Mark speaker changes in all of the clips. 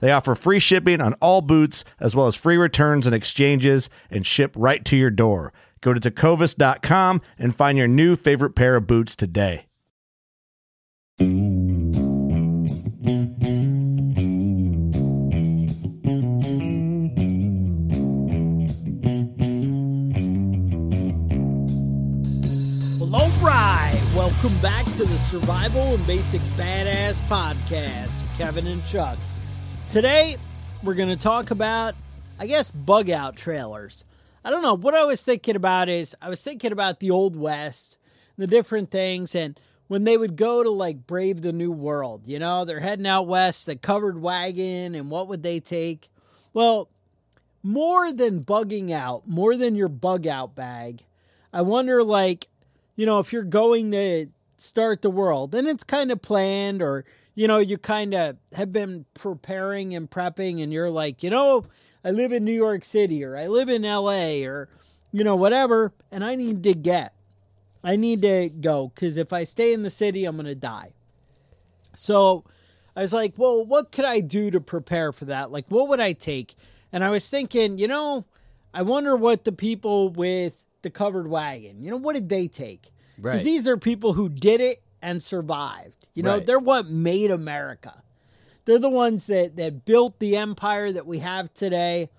Speaker 1: They offer free shipping on all boots, as well as free returns and exchanges, and ship right to your door. Go to tecovas.com and find your new favorite pair of boots today.
Speaker 2: Well, all right. Welcome back to the Survival and Basic Badass Podcast, Kevin and Chuck. Today, we're going to talk about, I guess, bug out trailers. I don't know. What I was thinking about is I was thinking about the Old West, the different things, and when they would go to like Brave the New World, you know, they're heading out west, the covered wagon, and what would they take? Well, more than bugging out, more than your bug out bag, I wonder, like, you know, if you're going to start the world and it's kind of planned or, you know, you kind of have been preparing and prepping and you're like, you know, I live in New York City or I live in LA or, you know, whatever, and I need to get, I need to go because if I stay in the city, I'm going to die. So I was like, well, what could I do to prepare for that? Like, what would I take? And I was thinking, you know, I wonder what the people with the covered wagon, you know, what did they take? Because
Speaker 3: Right.
Speaker 2: these are people who did it and survived. You know,
Speaker 3: Right.
Speaker 2: they're what made America. They're the ones that, that built the empire that we have today,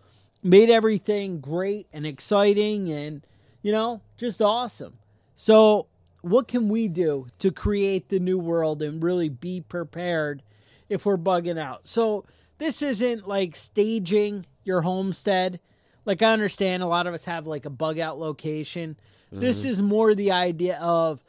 Speaker 2: made everything great and exciting and, you know, just awesome. So, what can we do to create the new world and really be prepared if we're bugging out? So, this isn't like staging your homestead. Like, I understand a lot of us have like a bug out location. This is more the idea of,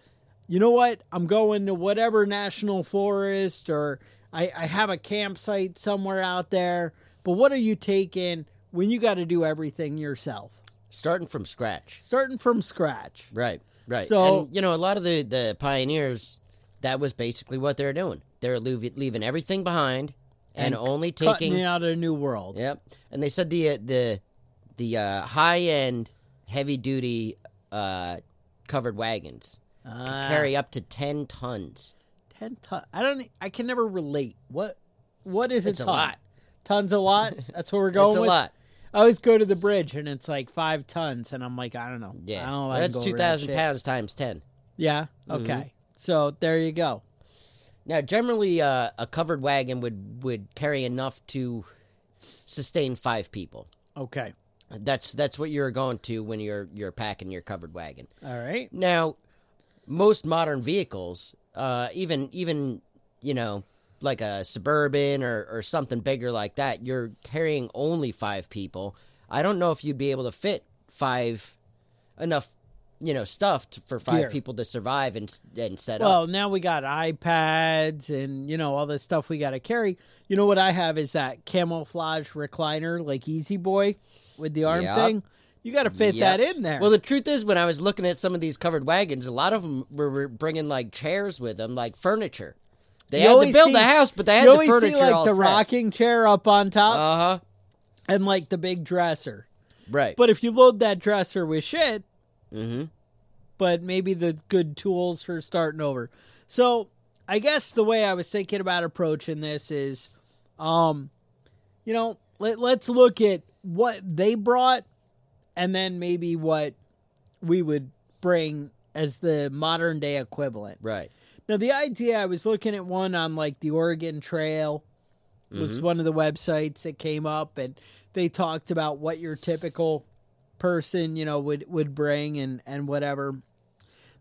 Speaker 2: you know what? I'm going to whatever national forest or I, I have a campsite somewhere out there. But what are you taking when you got to do everything yourself?
Speaker 3: Starting from scratch.
Speaker 2: Starting from scratch.
Speaker 3: Right, right.
Speaker 2: So-
Speaker 3: and, you know, a lot of the, the pioneers, that was basically what they were doing. They were leav- leaving everything behind and, only
Speaker 2: Cutting
Speaker 3: taking.
Speaker 2: it out of a new world.
Speaker 3: Yep. And they said the uh, the the uh, high end, heavy duty uh, covered wagons
Speaker 2: Ah.
Speaker 3: could carry up to ten tons.
Speaker 2: Ten ton. I don't. e, I can never relate. What? What is a
Speaker 3: It's a
Speaker 2: ton?
Speaker 3: lot.
Speaker 2: Tons a lot. That's what we're going.
Speaker 3: It's a
Speaker 2: with?
Speaker 3: lot.
Speaker 2: I always go to the bridge and it's like five tons, and I'm like, I don't know. I
Speaker 3: Yeah,
Speaker 2: don't know. if I
Speaker 3: Well,
Speaker 2: can
Speaker 3: that's
Speaker 2: go
Speaker 3: two
Speaker 2: over that
Speaker 3: thousand
Speaker 2: shit.
Speaker 3: pounds Mm-hmm. times ten.
Speaker 2: Yeah. Okay. So there you go.
Speaker 3: Now, generally, uh, a covered wagon would would carry enough to sustain five people.
Speaker 2: Okay.
Speaker 3: That's that's what you're going to when you're you're packing your covered wagon.
Speaker 2: All right.
Speaker 3: Now, most modern vehicles, uh, even even you know, like a suburban or or something bigger like that, you're carrying only five people. I don't know if you'd be able to fit five enough, you know, stuff to, for five
Speaker 2: Gear.
Speaker 3: people to survive and s- and set up.
Speaker 2: Well, now we got iPads and you know all this stuff we got to carry. You know what I have is that camouflage recliner, like Easy Boy, with the arm
Speaker 3: Yep.
Speaker 2: thing. You got to fit
Speaker 3: Yep.
Speaker 2: that in there.
Speaker 3: Well, the truth is, when I was looking at some of these covered wagons, a lot of them were, were bringing like chairs with them, like furniture. They
Speaker 2: You
Speaker 3: had to
Speaker 2: always
Speaker 3: build
Speaker 2: see-
Speaker 3: the house, but they had
Speaker 2: you
Speaker 3: the
Speaker 2: always
Speaker 3: furniture
Speaker 2: see like
Speaker 3: all
Speaker 2: the rocking chair up on top
Speaker 3: Uh huh.
Speaker 2: and like the big dresser.
Speaker 3: Right.
Speaker 2: But if you load that dresser with shit,
Speaker 3: mm-hmm.
Speaker 2: but maybe the good tools for starting over. So I guess the way I was thinking about approaching this is, um, you know, let, let's look at what they brought and then maybe what we would bring as the modern day equivalent.
Speaker 3: Right.
Speaker 2: Now, the idea I was looking at one on like the Oregon Trail was
Speaker 3: Mm-hmm.
Speaker 2: one of the websites that came up, and they talked about what your typical person, you know, would would bring and and whatever.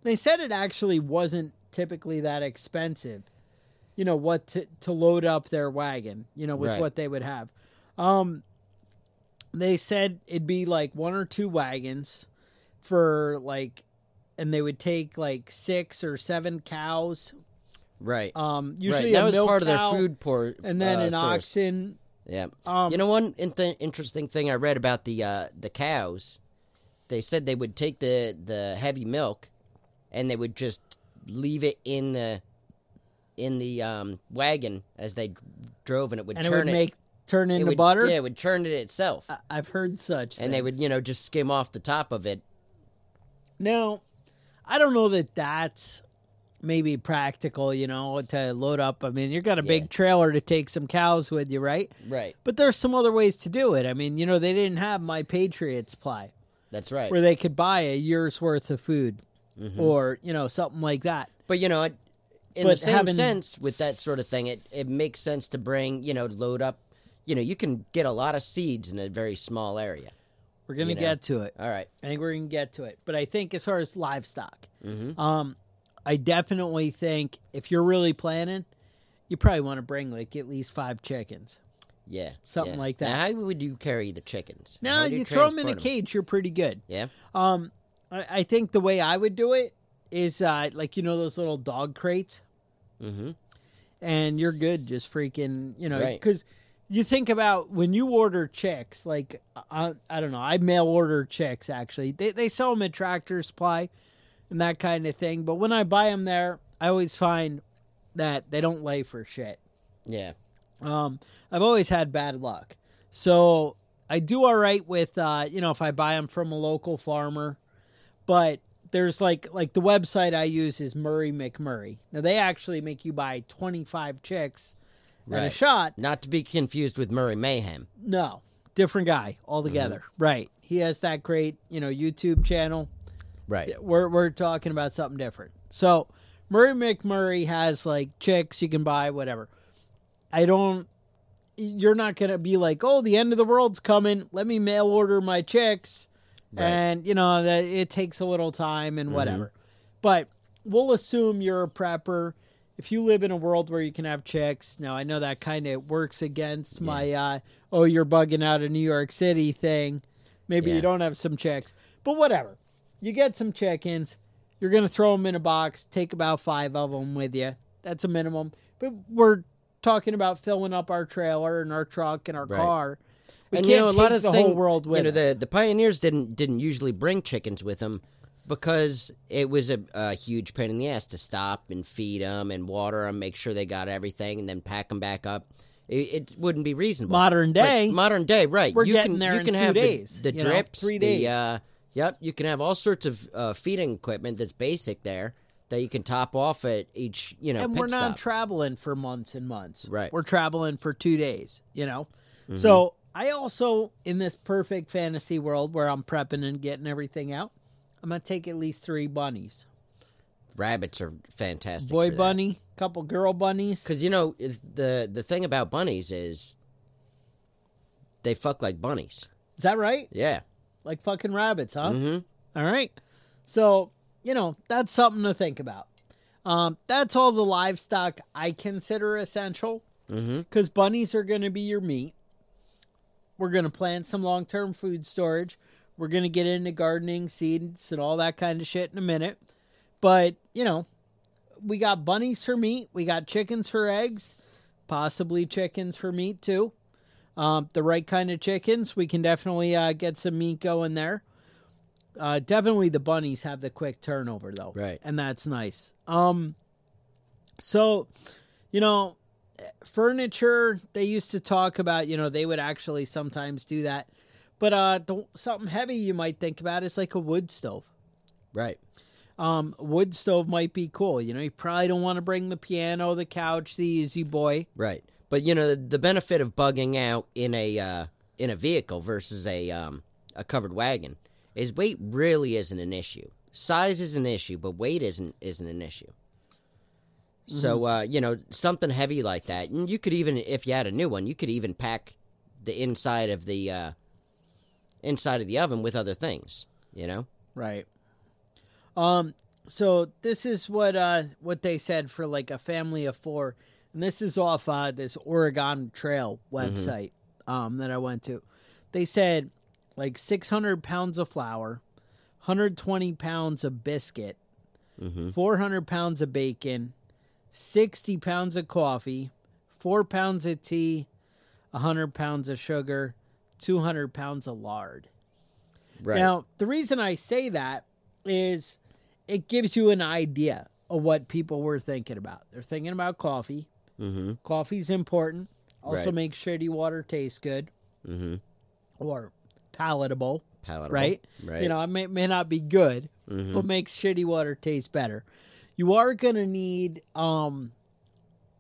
Speaker 2: They said it actually wasn't typically that expensive, you know, what to, to load up their wagon, you know, with
Speaker 3: Right.
Speaker 2: what they would have. Um, they said it'd be like one or two wagons for like, and they would take like six or seven cows
Speaker 3: Right.
Speaker 2: um, usually
Speaker 3: right. That
Speaker 2: a
Speaker 3: was
Speaker 2: milk
Speaker 3: part of
Speaker 2: cow,
Speaker 3: their food por-
Speaker 2: and then
Speaker 3: uh,
Speaker 2: an
Speaker 3: source.
Speaker 2: oxen.
Speaker 3: Yeah.
Speaker 2: Um,
Speaker 3: you know one in th- interesting thing I read about the uh, the cows. They said they would take the the heavy milk, and they would just leave it in the in the um, wagon as they d- drove, and it would
Speaker 2: and it
Speaker 3: turn
Speaker 2: would make turn
Speaker 3: it
Speaker 2: into
Speaker 3: would-
Speaker 2: butter. Uh,
Speaker 3: Yeah, it would churn it itself,
Speaker 2: I- I've heard such.
Speaker 3: and they
Speaker 2: things.
Speaker 3: would you know just skim off the top of it.
Speaker 2: now. I don't know that that's maybe practical. You know, to load up. I mean, you got a
Speaker 3: Yeah.
Speaker 2: big trailer to take some cows with you, right?
Speaker 3: Right.
Speaker 2: But there's some other ways to do it. I mean, you know, they didn't have my Patriots ply
Speaker 3: That's right.
Speaker 2: where they could buy a year's worth of food
Speaker 3: Mm-hmm.
Speaker 2: or you know something like that.
Speaker 3: But you know, it, in
Speaker 2: But
Speaker 3: the same
Speaker 2: having
Speaker 3: sense with that sort of thing, it, it makes sense to bring you know load up. You know, you can get a lot of seeds in a very small area.
Speaker 2: We're gonna
Speaker 3: You know.
Speaker 2: get to it.
Speaker 3: All right,
Speaker 2: I think we're gonna get to it. But I think as far as livestock, um, I definitely think if you're really planning, you probably want to bring like at least five chickens.
Speaker 3: yeah,
Speaker 2: Something
Speaker 3: yeah.
Speaker 2: like
Speaker 3: Now,
Speaker 2: that.
Speaker 3: how would you carry the chickens?
Speaker 2: Now
Speaker 3: How do
Speaker 2: you throw them in a
Speaker 3: transport 'em?
Speaker 2: cage, you're pretty good.
Speaker 3: Yeah,
Speaker 2: Um, I, I think the way I would do it is uh, like you know those little dog crates,
Speaker 3: Mhm.
Speaker 2: and you're good. Just freaking, you know,
Speaker 3: Right.
Speaker 2: because you think about when you order chicks. Like I, I don't know, I mail order chicks. Actually, they they sell them at Tractor Supply and that kind of thing. But when I buy them there, I always find that they don't lay for shit.
Speaker 3: yeah,
Speaker 2: Um, I've always had bad luck, so I do all right with uh, you know if I buy them from a local farmer, but there's like like the website I use is Murray McMurray. Now they actually make you buy 25 chicks at a
Speaker 3: Right.
Speaker 2: shot.
Speaker 3: not to be confused with Murray Mayhem.
Speaker 2: No, different guy altogether. Right? He has that great you know YouTube channel.
Speaker 3: Right,
Speaker 2: We're we're talking about something different. So Murray McMurray has like chicks you can buy whatever. I don't. You're not gonna be like, oh, the end of the world's coming. Let me mail order my chicks,
Speaker 3: Right. Mm-hmm.
Speaker 2: and you know that it takes a little time and whatever. But we'll assume you're a prepper. If you live in a world where you can have chicks, now I know that kind of works against my uh, oh, you're bugging out of New York City thing. Maybe you
Speaker 3: Yeah.
Speaker 2: don't have some chicks, but whatever. You get some chickens. You're gonna throw them in a box. Take about five of them with you. That's a minimum. But we're talking about filling up our trailer and our truck and our
Speaker 3: Right.
Speaker 2: car. We
Speaker 3: and
Speaker 2: can't
Speaker 3: you know a
Speaker 2: take
Speaker 3: lot of
Speaker 2: the
Speaker 3: thing-
Speaker 2: whole world with
Speaker 3: You know,
Speaker 2: us.
Speaker 3: the the pioneers didn't didn't usually bring chickens with them because it was a, a huge pain in the ass to stop and feed them and water them, make sure they got everything, and then pack them back up. It, it wouldn't be reasonable.
Speaker 2: Modern
Speaker 3: But
Speaker 2: day,
Speaker 3: modern day, right?
Speaker 2: we're
Speaker 3: you
Speaker 2: getting
Speaker 3: can,
Speaker 2: there
Speaker 3: you
Speaker 2: in
Speaker 3: can
Speaker 2: two
Speaker 3: have the-
Speaker 2: days,
Speaker 3: The,
Speaker 2: you know,
Speaker 3: drips,
Speaker 2: three
Speaker 3: the,
Speaker 2: days.
Speaker 3: uh, yep, you can have all sorts of uh, feeding equipment that's basic there that you can top off at each you know
Speaker 2: and
Speaker 3: pit
Speaker 2: we're not
Speaker 3: stop.
Speaker 2: traveling for months and months.
Speaker 3: Right. Mm-hmm.
Speaker 2: We're traveling for two days, you know? So I also, in this perfect fantasy world where I'm prepping and getting everything out, I'm going to take at least three bunnies.
Speaker 3: Rabbits are fantastic.
Speaker 2: Boy
Speaker 3: for that.
Speaker 2: bunny, couple girl bunnies.
Speaker 3: Because you know if the the thing about bunnies is they fuck like bunnies.
Speaker 2: Is that right?
Speaker 3: Yeah,
Speaker 2: Like fucking rabbits, huh?
Speaker 3: Mhm.
Speaker 2: All right. So, you know, that's something to think about. Um, that's all the livestock I consider essential because bunnies are going to be your meat. We're going to plan some long term food storage. We're going to get into gardening, seeds, and all that kind of shit in a minute. But, you know, we got bunnies for meat. We got chickens for eggs, possibly chickens for meat too. Um, the right kind of chickens, we can definitely uh, get some meat going there. Uh, definitely the bunnies have the quick turnover though,
Speaker 3: Right.
Speaker 2: And that's nice. Um, so you know, furniture they used to talk about. You know, they would actually sometimes do that, But uh, the, something heavy you might think about is like a wood stove.
Speaker 3: Right.
Speaker 2: Um, wood stove might be cool. You know, you probably don't want to bring the piano, the couch, the Easy Boy.
Speaker 3: Right. But you know the, the benefit of bugging out in a uh, in a vehicle versus a um, a covered wagon is weight really isn't an issue. Size is an issue, but weight isn't isn't an issue. So uh, you know something heavy like that, and you could even if you had a new one, you could even pack the inside of the uh, inside of the oven with other things. You know,
Speaker 2: Right. Um. So this is what uh what they said for like a family of four, and this is off uh this Oregon Trail website um that I went to. They said like 600 pounds of flour, 120 pounds of biscuit, 400 pounds of bacon, 60 pounds of coffee, four pounds of tea, 100 pounds of sugar, 200 pounds of lard.
Speaker 3: right?
Speaker 2: Now, the reason I say that is it gives you an idea of what people were thinking about. They're thinking about coffee.
Speaker 3: mm-hmm.
Speaker 2: Coffee's important. Also,
Speaker 3: Right.
Speaker 2: makes shitty water taste good
Speaker 3: Mm-hmm.
Speaker 2: or palatable,
Speaker 3: Palatable.
Speaker 2: right?
Speaker 3: Right. Mm-hmm.
Speaker 2: You know, it may, may not be good, but makes shitty water taste better. You are going to need, um,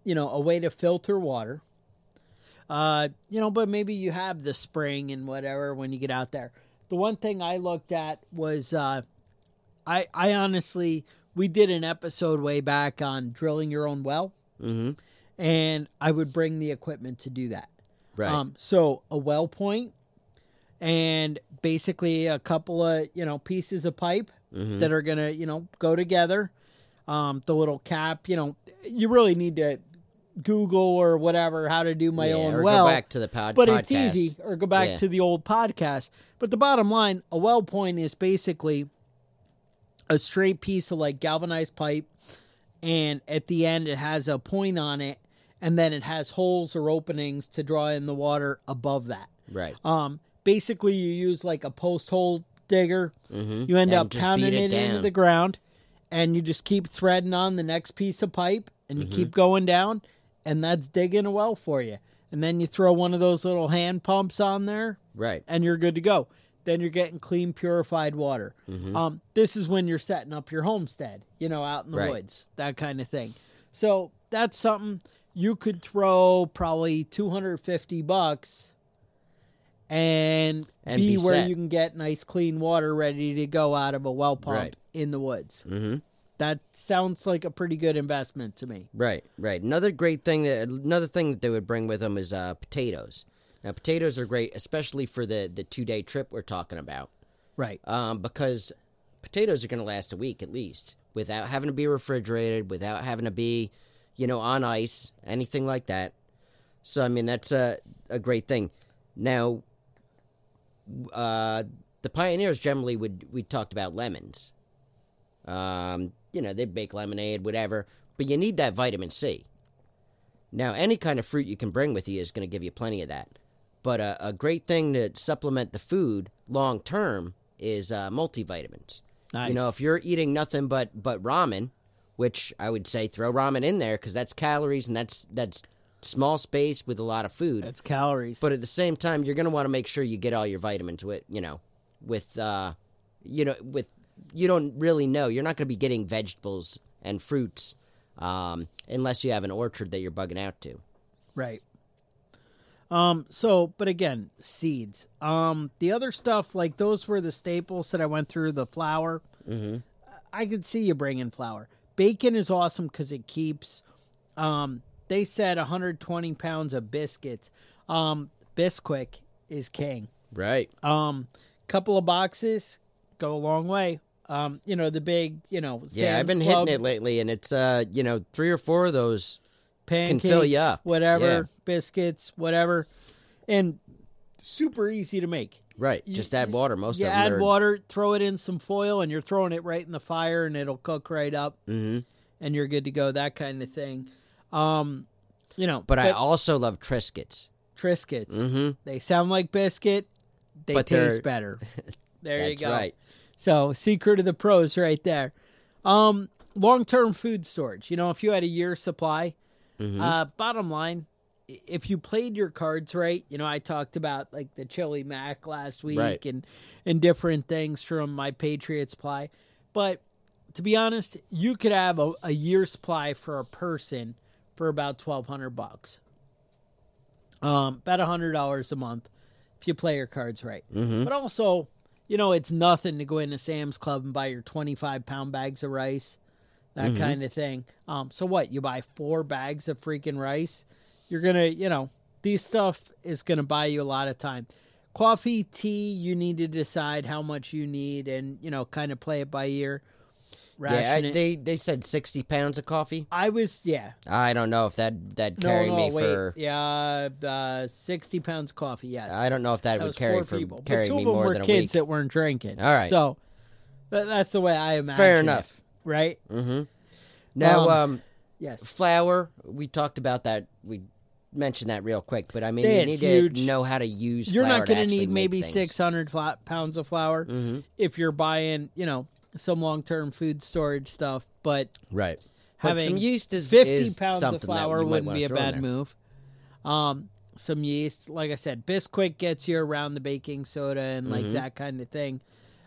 Speaker 2: you know, a way to filter water. Uh, you know, but maybe you have the spring and whatever when you get out there. The one thing I looked at was uh, I I honestly we did an episode way back on drilling your own well,
Speaker 3: Mm-hmm.
Speaker 2: and I would bring the equipment to do that.
Speaker 3: Right.
Speaker 2: Um, so a well point and basically a couple of you know pieces of pipe
Speaker 3: Mm-hmm.
Speaker 2: that are gonna you know go together. Um, the little cap, you know, you really need to Google or whatever how to do my
Speaker 3: yeah,
Speaker 2: own
Speaker 3: or
Speaker 2: well.
Speaker 3: go back to the pod-
Speaker 2: but
Speaker 3: podcast.
Speaker 2: it's easy, or go back
Speaker 3: Yeah.
Speaker 2: to the old podcast. But the bottom line, a well point is basically a straight piece of like galvanized pipe, and at the end it has a point on it, and then it has holes or openings to draw in the water above that.
Speaker 3: Right.
Speaker 2: Um, basically, you use like a post hole digger. You end
Speaker 3: Mm-hmm. And
Speaker 2: up
Speaker 3: just
Speaker 2: pounding
Speaker 3: beat
Speaker 2: it,
Speaker 3: it
Speaker 2: into
Speaker 3: down.
Speaker 2: the ground, and you just keep threading on the next piece of pipe, and you
Speaker 3: Mm-hmm.
Speaker 2: keep going down, and that's digging a well for you. And then you throw one of those little hand pumps on there,
Speaker 3: Right.
Speaker 2: and you're good to go. Then you're getting clean, purified water.
Speaker 3: Mm-hmm.
Speaker 2: Um, this is when you're setting up your homestead, you know, out in the
Speaker 3: Right.
Speaker 2: woods, that kind of thing. So that's something you could throw probably 250 bucks and,
Speaker 3: And
Speaker 2: be,
Speaker 3: be
Speaker 2: where
Speaker 3: set.
Speaker 2: you can get nice, clean water ready to go out of a well pump
Speaker 3: Right.
Speaker 2: in the woods.
Speaker 3: Mm-hmm.
Speaker 2: That sounds like a pretty good investment to me.
Speaker 3: Right, right. Another great thing that another thing that they would bring with them is uh, potatoes. Now, potatoes are great, especially for the the two day trip we're talking about,
Speaker 2: Right.
Speaker 3: um, because potatoes are going to last a week at least without having to be refrigerated, without having to be, you know, on ice, anything like that. So, I mean, that's a a great thing. Now, uh, the pioneers generally would we talked about lemons. Um, you know, they bake lemonade, whatever, but you need that vitamin C. Now, any kind of fruit you can bring with you is going to give you plenty of that. But uh, a great thing to supplement the food long term is uh, multivitamins.
Speaker 2: Nice.
Speaker 3: You know, if you're eating nothing but but ramen, which I would say throw ramen in there because that's calories and that's that's small space with a lot of food.
Speaker 2: That's calories.
Speaker 3: But at the same time, you're going to want to make sure you get all your vitamins with, you know, with, uh, you know, with, you don't really know. You're not going to be getting vegetables and fruits um, unless you have an orchard that you're bugging out to.
Speaker 2: Right. Um, so but again, seeds. Um, the other stuff like those were the staples that I went through, the flour. Mm-hmm. I could see you bringing flour. Bacon is awesome because it keeps. Um, they said 120 pounds of biscuits. Um, Bisquick is king.
Speaker 3: Right.
Speaker 2: Um, couple of boxes go a long way. Um, you know the big, you know,
Speaker 3: Yeah,
Speaker 2: Sam's
Speaker 3: I've been
Speaker 2: Club
Speaker 3: hitting it lately, and it's, uh, you know, three or four of those.
Speaker 2: pancakes,
Speaker 3: fill you up.
Speaker 2: whatever,
Speaker 3: Yeah.
Speaker 2: biscuits, whatever, and super easy to make.
Speaker 3: Right. Just add water. Most
Speaker 2: You
Speaker 3: of them.
Speaker 2: add
Speaker 3: are-
Speaker 2: water, throw it in some foil, and you're throwing it right in the fire, and it'll cook right up,
Speaker 3: Mhm.
Speaker 2: and you're good to go. That kind of thing. Um, you know,
Speaker 3: But, I also love Triscuits.
Speaker 2: Triscuits.
Speaker 3: Mhm.
Speaker 2: They sound like biscuit. They
Speaker 3: But they're-
Speaker 2: taste better. There you
Speaker 3: That's
Speaker 2: go.
Speaker 3: right.
Speaker 2: So secret of the pros right there. Um, long term food storage. You know, if you had a year's supply, uh, bottom line, if you played your cards right, you know, I talked about like the Chili Mac last week
Speaker 3: Right.
Speaker 2: and and different things from my Patriots ply. But to be honest, you could have a, a year supply for a person for about twelve hundred bucks. Um, about hundred dollars a month if you play your cards right.
Speaker 3: Mm-hmm.
Speaker 2: But also, you know, it's nothing to go into Sam's Club and buy your twenty-five pound bags of rice,
Speaker 3: Mm-hmm.
Speaker 2: that kind of thing. Um, so what? You buy four bags of freaking rice. You're gonna, you know, these stuff is gonna buy you a lot of time. Coffee, tea, you need to decide how much you need, and you know, kind of play it by ear. Ration
Speaker 3: Yeah, I,
Speaker 2: it.
Speaker 3: they they said sixty pounds of coffee.
Speaker 2: I was, yeah,
Speaker 3: I don't know if that that
Speaker 2: no,
Speaker 3: carry
Speaker 2: no,
Speaker 3: me
Speaker 2: wait,
Speaker 3: for.
Speaker 2: yeah, uh, sixty pounds coffee, yes.
Speaker 3: I don't know if that,
Speaker 2: That
Speaker 3: would
Speaker 2: was
Speaker 3: carry
Speaker 2: four
Speaker 3: for
Speaker 2: people. But
Speaker 3: carry
Speaker 2: two
Speaker 3: me
Speaker 2: of them
Speaker 3: more
Speaker 2: were
Speaker 3: than a
Speaker 2: kids
Speaker 3: week.
Speaker 2: that weren't drinking.
Speaker 3: All right.
Speaker 2: So tha- that's the way I imagine.
Speaker 3: Fair
Speaker 2: it,
Speaker 3: enough. Mm.
Speaker 2: right?
Speaker 3: Now,
Speaker 2: Um,
Speaker 3: um,
Speaker 2: Yes.
Speaker 3: flour. We talked about that. We mentioned that real quick, but I mean,
Speaker 2: They
Speaker 3: you
Speaker 2: had
Speaker 3: need
Speaker 2: huge-
Speaker 3: to know how to use.
Speaker 2: You're
Speaker 3: flour
Speaker 2: not
Speaker 3: to
Speaker 2: going to
Speaker 3: actually
Speaker 2: need
Speaker 3: make
Speaker 2: maybe
Speaker 3: things. Mm-hmm.
Speaker 2: 600 fla- pounds of flour if you're buying, you know, some long-term food storage stuff, but
Speaker 3: Right.
Speaker 2: having
Speaker 3: but some yeast is
Speaker 2: 50
Speaker 3: is
Speaker 2: pounds
Speaker 3: something
Speaker 2: of
Speaker 3: that
Speaker 2: flour
Speaker 3: you might
Speaker 2: wouldn't
Speaker 3: wanna
Speaker 2: be a
Speaker 3: throw in
Speaker 2: bad
Speaker 3: there.
Speaker 2: move. Um, some yeast, like I said, Bisquick gets you around the baking soda and
Speaker 3: Mm-hmm.
Speaker 2: like that kind of thing.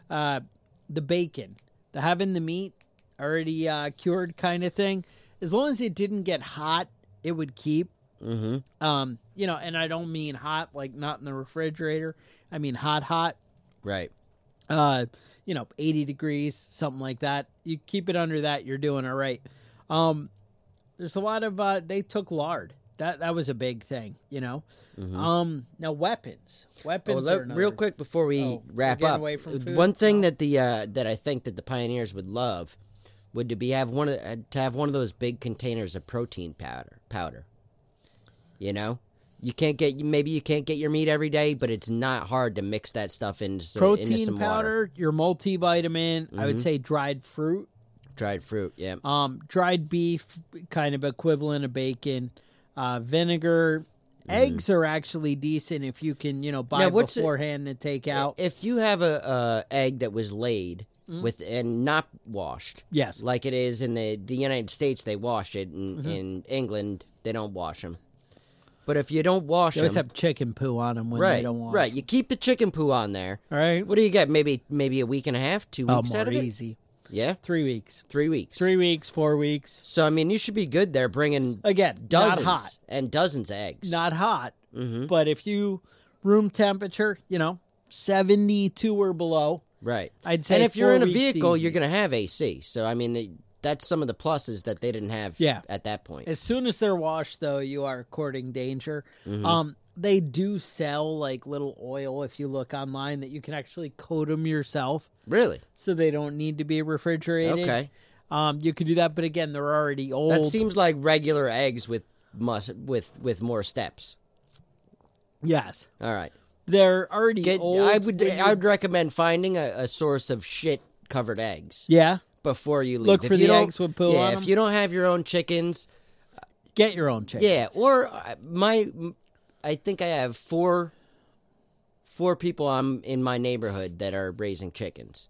Speaker 2: Uh, the bacon, the having the meat already uh, cured kind of thing. As long as it didn't get hot, it would keep. Mm-hmm. Um, you know, and I don't mean hot like not in the refrigerator. I mean hot, hot
Speaker 3: Right.
Speaker 2: uh, you know, 80 degrees, something like that. You keep it under that, you're doing all right. Um, there's a lot of uh, they took lard. That that was a big thing, you know.
Speaker 3: Mm-hmm.
Speaker 2: Um, now weapons,
Speaker 3: Oh,
Speaker 2: weapons
Speaker 3: let-
Speaker 2: are another.
Speaker 3: real quick before we
Speaker 2: Oh, we're
Speaker 3: wrap
Speaker 2: getting
Speaker 3: up,
Speaker 2: away from
Speaker 3: uh,
Speaker 2: food?
Speaker 3: one thing that the uh, that I think that the pioneers would love would to be have one of uh, to have one of those big containers of protein powder powder. You know, you can't get maybe you can't get your meat every day, but it's not hard to mix that stuff into some, into
Speaker 2: protein
Speaker 3: some
Speaker 2: powder,
Speaker 3: water.
Speaker 2: your multivitamin. I
Speaker 3: Mm-hmm.
Speaker 2: would say dried fruit,
Speaker 3: dried fruit. Yeah,
Speaker 2: um, dried beef, kind of equivalent of bacon, uh, vinegar.
Speaker 3: Mm.
Speaker 2: Eggs are actually decent if you can, you know, buy
Speaker 3: Now, what's it-
Speaker 2: beforehand and take out. Mm.
Speaker 3: if you have a, uh egg that was laid with and not washed,
Speaker 2: Yes.
Speaker 3: like it is in the, the United States, they wash it. In,
Speaker 2: Mm-hmm.
Speaker 3: in England, they don't wash them. But if you don't wash
Speaker 2: They
Speaker 3: them,
Speaker 2: always have chicken poo on them when
Speaker 3: right,
Speaker 2: they don't want.
Speaker 3: right, you keep the chicken poo on there.
Speaker 2: All right.
Speaker 3: What do you get? Maybe maybe a week and a half, two
Speaker 2: Oh,
Speaker 3: weeks out
Speaker 2: more
Speaker 3: of it.
Speaker 2: easy.
Speaker 3: Yeah,
Speaker 2: Three weeks.
Speaker 3: three weeks.
Speaker 2: Three weeks, four weeks.
Speaker 3: So I mean, you should be good there, bringing
Speaker 2: Again,
Speaker 3: dozens Mm-hmm.
Speaker 2: not hot.
Speaker 3: and dozens of eggs.
Speaker 2: Not hot. But if you room temperature, you know, 72 or below,
Speaker 3: right.
Speaker 2: I'd say
Speaker 3: and if you're
Speaker 2: four
Speaker 3: in a
Speaker 2: weeks
Speaker 3: vehicle,
Speaker 2: easy.
Speaker 3: you're going to have AC. So I mean, the, that's some of the pluses that they didn't have.
Speaker 2: Yeah.
Speaker 3: at that point.
Speaker 2: As soon as they're washed, though, you are courting danger.
Speaker 3: Mm-hmm.
Speaker 2: Um, they do sell like little oil if you look online that you can actually coat them yourself,
Speaker 3: really?
Speaker 2: so they don't need to be refrigerated.
Speaker 3: Okay.
Speaker 2: Um, you could do that, but again, they're already old.
Speaker 3: That seems like regular eggs with mus- with with more steps.
Speaker 2: yes,
Speaker 3: All right.
Speaker 2: they're already
Speaker 3: Get,
Speaker 2: old.
Speaker 3: I would
Speaker 2: when you-
Speaker 3: I would recommend finding a, a source of shit covered eggs
Speaker 2: yeah,
Speaker 3: before you leave.
Speaker 2: Look
Speaker 3: If
Speaker 2: for
Speaker 3: you
Speaker 2: the
Speaker 3: don't-
Speaker 2: eggs with poo
Speaker 3: Yeah,
Speaker 2: on
Speaker 3: if
Speaker 2: 'em.
Speaker 3: you don't have your own chickens,
Speaker 2: get your own chicken.
Speaker 3: yeah. Or uh, my, I think I have four, four people I'm in my neighborhood that are raising chickens.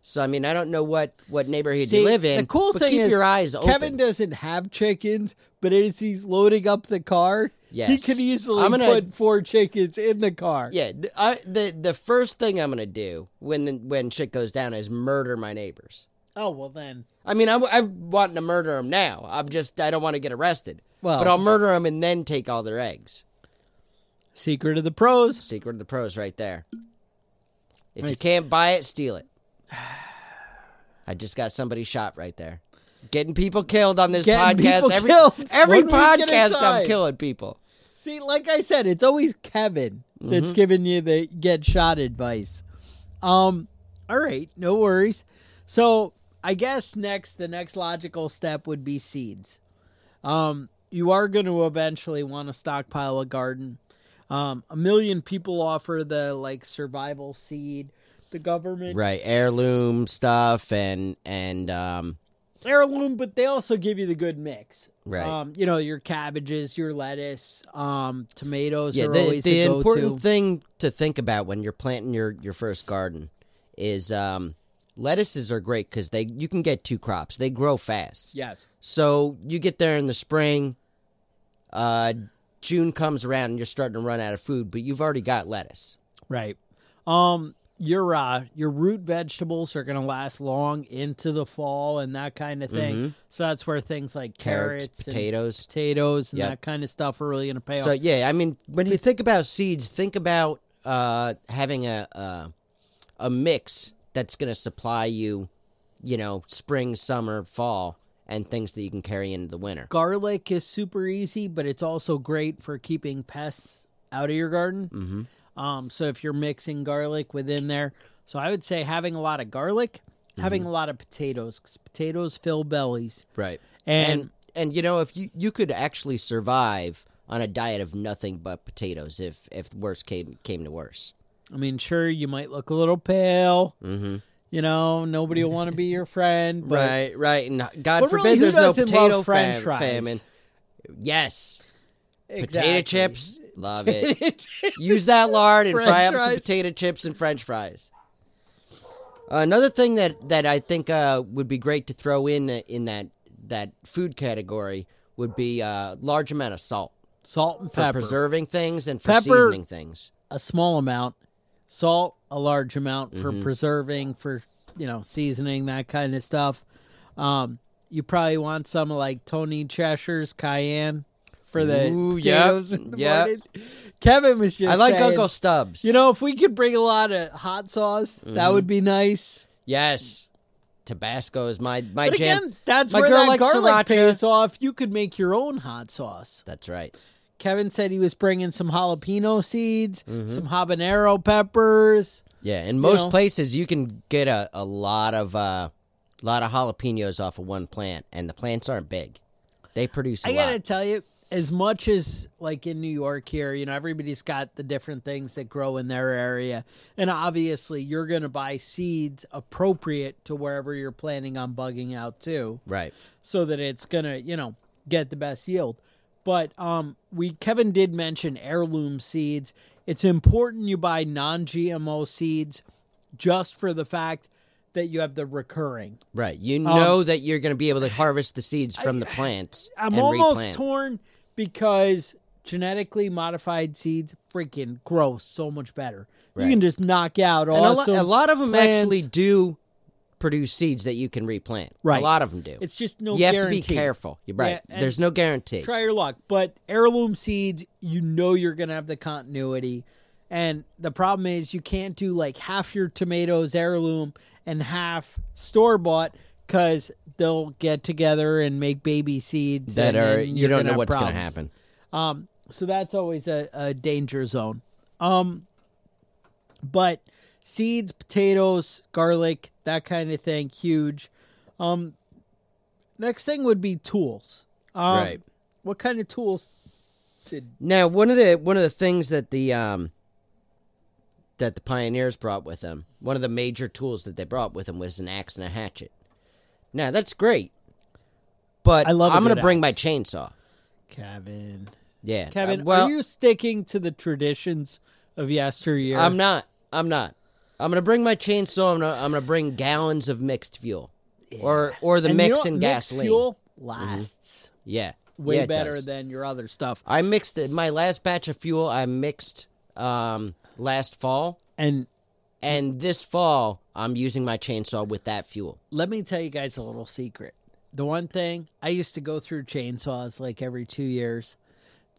Speaker 3: So I mean, I don't know what what neighborhood
Speaker 2: See,
Speaker 3: you live in.
Speaker 2: The cool
Speaker 3: but
Speaker 2: thing
Speaker 3: keep
Speaker 2: is,
Speaker 3: your eyes open.
Speaker 2: Kevin doesn't have chickens, but as he's loading up the car, he
Speaker 3: Yes.
Speaker 2: could easily
Speaker 3: I'm gonna-
Speaker 2: put four chickens in the car.
Speaker 3: Yeah, th- I, the the first thing I'm gonna do when the, when shit goes down is murder my neighbors.
Speaker 2: Oh well, then
Speaker 3: I mean, I'm, I'm wanting to murder them now. I'm just I don't want to get arrested.
Speaker 2: Well- uh,
Speaker 3: but I'll murder them and then take all their eggs.
Speaker 2: secret of the pros.
Speaker 3: Secret of the pros, right there. If you
Speaker 2: Nice.
Speaker 3: can't buy it, steal it. I just got somebody shot right there. Getting people killed on this
Speaker 2: Getting
Speaker 3: podcast.
Speaker 2: people
Speaker 3: every
Speaker 2: killed.
Speaker 3: every
Speaker 2: One week at a
Speaker 3: podcast,
Speaker 2: time.
Speaker 3: I'm killing people.
Speaker 2: See, like I said, it's always Kevin
Speaker 3: Mm-hmm.
Speaker 2: that's giving you the get shot advice. Um, all right, no worries. So I guess next, the next logical step would be seeds. Um, you are going to eventually want to stockpile a garden. Um, a million people offer the like survival seed. The government
Speaker 3: Right, heirloom stuff and and um.
Speaker 2: heirloom, but they also give you the good mix.
Speaker 3: Right.
Speaker 2: Um, you know your cabbages, your lettuce, um, tomatoes are
Speaker 3: the,
Speaker 2: always
Speaker 3: the
Speaker 2: a go-to.
Speaker 3: important thing to think about when you're planting your, your first garden is um, lettuces are great because they you can get two crops. They grow fast,
Speaker 2: Yes.
Speaker 3: so you get there in the spring. Uh, June comes around and you're starting to run out of food, but you've already got lettuce.
Speaker 2: Right. Um your uh your root vegetables are going to last long into the fall and that kind of thing. So that's where things like
Speaker 3: Mm-hmm. Carrots,
Speaker 2: carrots, and
Speaker 3: potatoes.
Speaker 2: potatoes and
Speaker 3: Yep.
Speaker 2: that kind of stuff are really going to pay
Speaker 3: So
Speaker 2: off.
Speaker 3: yeah, I mean, when you think about seeds, think about uh, having a uh, a mix that's going to supply you, you know, spring, summer, fall, and things that you can carry into the winter.
Speaker 2: Garlic is super easy, but it's also great for keeping pests out of your garden. Mm-hmm. Um so if you're mixing garlic within there, so I would say having a lot of garlic, having
Speaker 3: Mm-hmm.
Speaker 2: a lot of potatoes 'cause potatoes fill bellies.
Speaker 3: Right.
Speaker 2: And-
Speaker 3: And, and you know, if you you could actually survive on a diet of nothing but potatoes if if worse came came to worse.
Speaker 2: I mean, sure, you might look a little pale. Mm-hmm. You know, nobody will want to be your friend. But
Speaker 3: right, right. And God
Speaker 2: But
Speaker 3: forbid
Speaker 2: really, who
Speaker 3: there's no
Speaker 2: doesn't love
Speaker 3: potato
Speaker 2: french
Speaker 3: fam-
Speaker 2: fries?
Speaker 3: famine. Yes.
Speaker 2: Exactly.
Speaker 3: Potato chips. Love it. Use that lard and fry
Speaker 2: French
Speaker 3: up some
Speaker 2: fries.
Speaker 3: potato chips and french fries. Another thing that, that I think uh, would be great to throw in uh, in that that food category would be a large amount of salt
Speaker 2: Salt and
Speaker 3: for
Speaker 2: pepper.
Speaker 3: preserving things and for
Speaker 2: Pepper.
Speaker 3: seasoning things.
Speaker 2: A small amount. Salt, a large amount for
Speaker 3: Mm-hmm.
Speaker 2: preserving, for, you know, seasoning, that kind of stuff. Um, you probably want some like Tony Cheshire's cayenne for the
Speaker 3: Ooh, yep,
Speaker 2: potatoes in the
Speaker 3: yep.
Speaker 2: morning. Kevin was just
Speaker 3: I like
Speaker 2: saying,
Speaker 3: Uncle Stubbs.
Speaker 2: You know, if we could bring a lot of hot sauce,
Speaker 3: Mm-hmm.
Speaker 2: that would be nice.
Speaker 3: yes, Tabasco is my my
Speaker 2: But
Speaker 3: jam.
Speaker 2: again, that's
Speaker 3: My
Speaker 2: where
Speaker 3: girl
Speaker 2: that
Speaker 3: likes
Speaker 2: garlic
Speaker 3: sriracha.
Speaker 2: pays off. You could make your own hot sauce.
Speaker 3: That's right.
Speaker 2: Kevin said he was bringing some jalapeno seeds,
Speaker 3: Mm-hmm.
Speaker 2: some habanero peppers.
Speaker 3: Yeah, in most
Speaker 2: know.
Speaker 3: places you can get a, a lot of uh, lot of jalapenos off of one plant, and the plants aren't big. They produce a
Speaker 2: I
Speaker 3: lot.
Speaker 2: gotta tell you, as much as like in New York here, you know, everybody's got the different things that grow in their area, and obviously you're gonna buy seeds appropriate to wherever you're planning on bugging out too.
Speaker 3: right.
Speaker 2: so that it's gonna you know get the best yield but um we kevin did mention heirloom seeds it's important you buy non-gmo seeds just for the fact that you have the recurring
Speaker 3: Right. You
Speaker 2: Um,
Speaker 3: know that you're going to be able to harvest the seeds from the plants
Speaker 2: i'm
Speaker 3: and
Speaker 2: almost
Speaker 3: replant.
Speaker 2: torn because genetically modified seeds freaking grow so much better you
Speaker 3: Right.
Speaker 2: can just knock out
Speaker 3: and a,
Speaker 2: all
Speaker 3: lo- a lot of them actually
Speaker 2: plants.
Speaker 3: do produce seeds that you can replant.
Speaker 2: Right.
Speaker 3: A lot of them do.
Speaker 2: it's just no
Speaker 3: you have
Speaker 2: guarantee.
Speaker 3: to be careful. You're right.
Speaker 2: Yeah, and
Speaker 3: There's no guarantee.
Speaker 2: try your luck. But heirloom seeds, you know you're gonna have the continuity. And the problem is you can't do like half your tomatoes heirloom and half store bought because they'll get together and make baby seeds
Speaker 3: that
Speaker 2: and then
Speaker 3: are
Speaker 2: you're
Speaker 3: you don't know
Speaker 2: have
Speaker 3: what's going to
Speaker 2: problems.
Speaker 3: happen.
Speaker 2: Um, so that's always a, a danger zone. Um, but seeds, potatoes, garlic, that kind of thing, huge. Um, next thing would be tools. Um,
Speaker 3: right.
Speaker 2: What kind of tools?
Speaker 3: Now, one of the one of the things that the um that the pioneers brought with them, one of the major tools that they brought with them was an axe and a hatchet. Now, that's great. But
Speaker 2: I love a
Speaker 3: I'm gonna
Speaker 2: good
Speaker 3: bring my
Speaker 2: axe.
Speaker 3: chainsaw.
Speaker 2: Kevin.
Speaker 3: Yeah.
Speaker 2: Kevin,
Speaker 3: Uh, well,
Speaker 2: are you sticking to the traditions of yesteryear?
Speaker 3: I'm not. I'm not. I'm gonna bring my chainsaw. I'm gonna, I'm gonna bring gallons of mixed fuel, or or the
Speaker 2: And you know
Speaker 3: mix
Speaker 2: what?
Speaker 3: in
Speaker 2: Mixed
Speaker 3: gasoline. Mm-hmm.
Speaker 2: fuel lasts
Speaker 3: Yeah,
Speaker 2: way
Speaker 3: Yeah, it
Speaker 2: better
Speaker 3: does.
Speaker 2: than your other stuff.
Speaker 3: I mixed it, my last batch of fuel. I mixed um, last fall,
Speaker 2: And
Speaker 3: and this fall I'm using my chainsaw with that fuel.
Speaker 2: let me tell you guys a little secret. The one thing I used to go through chainsaws like every two years.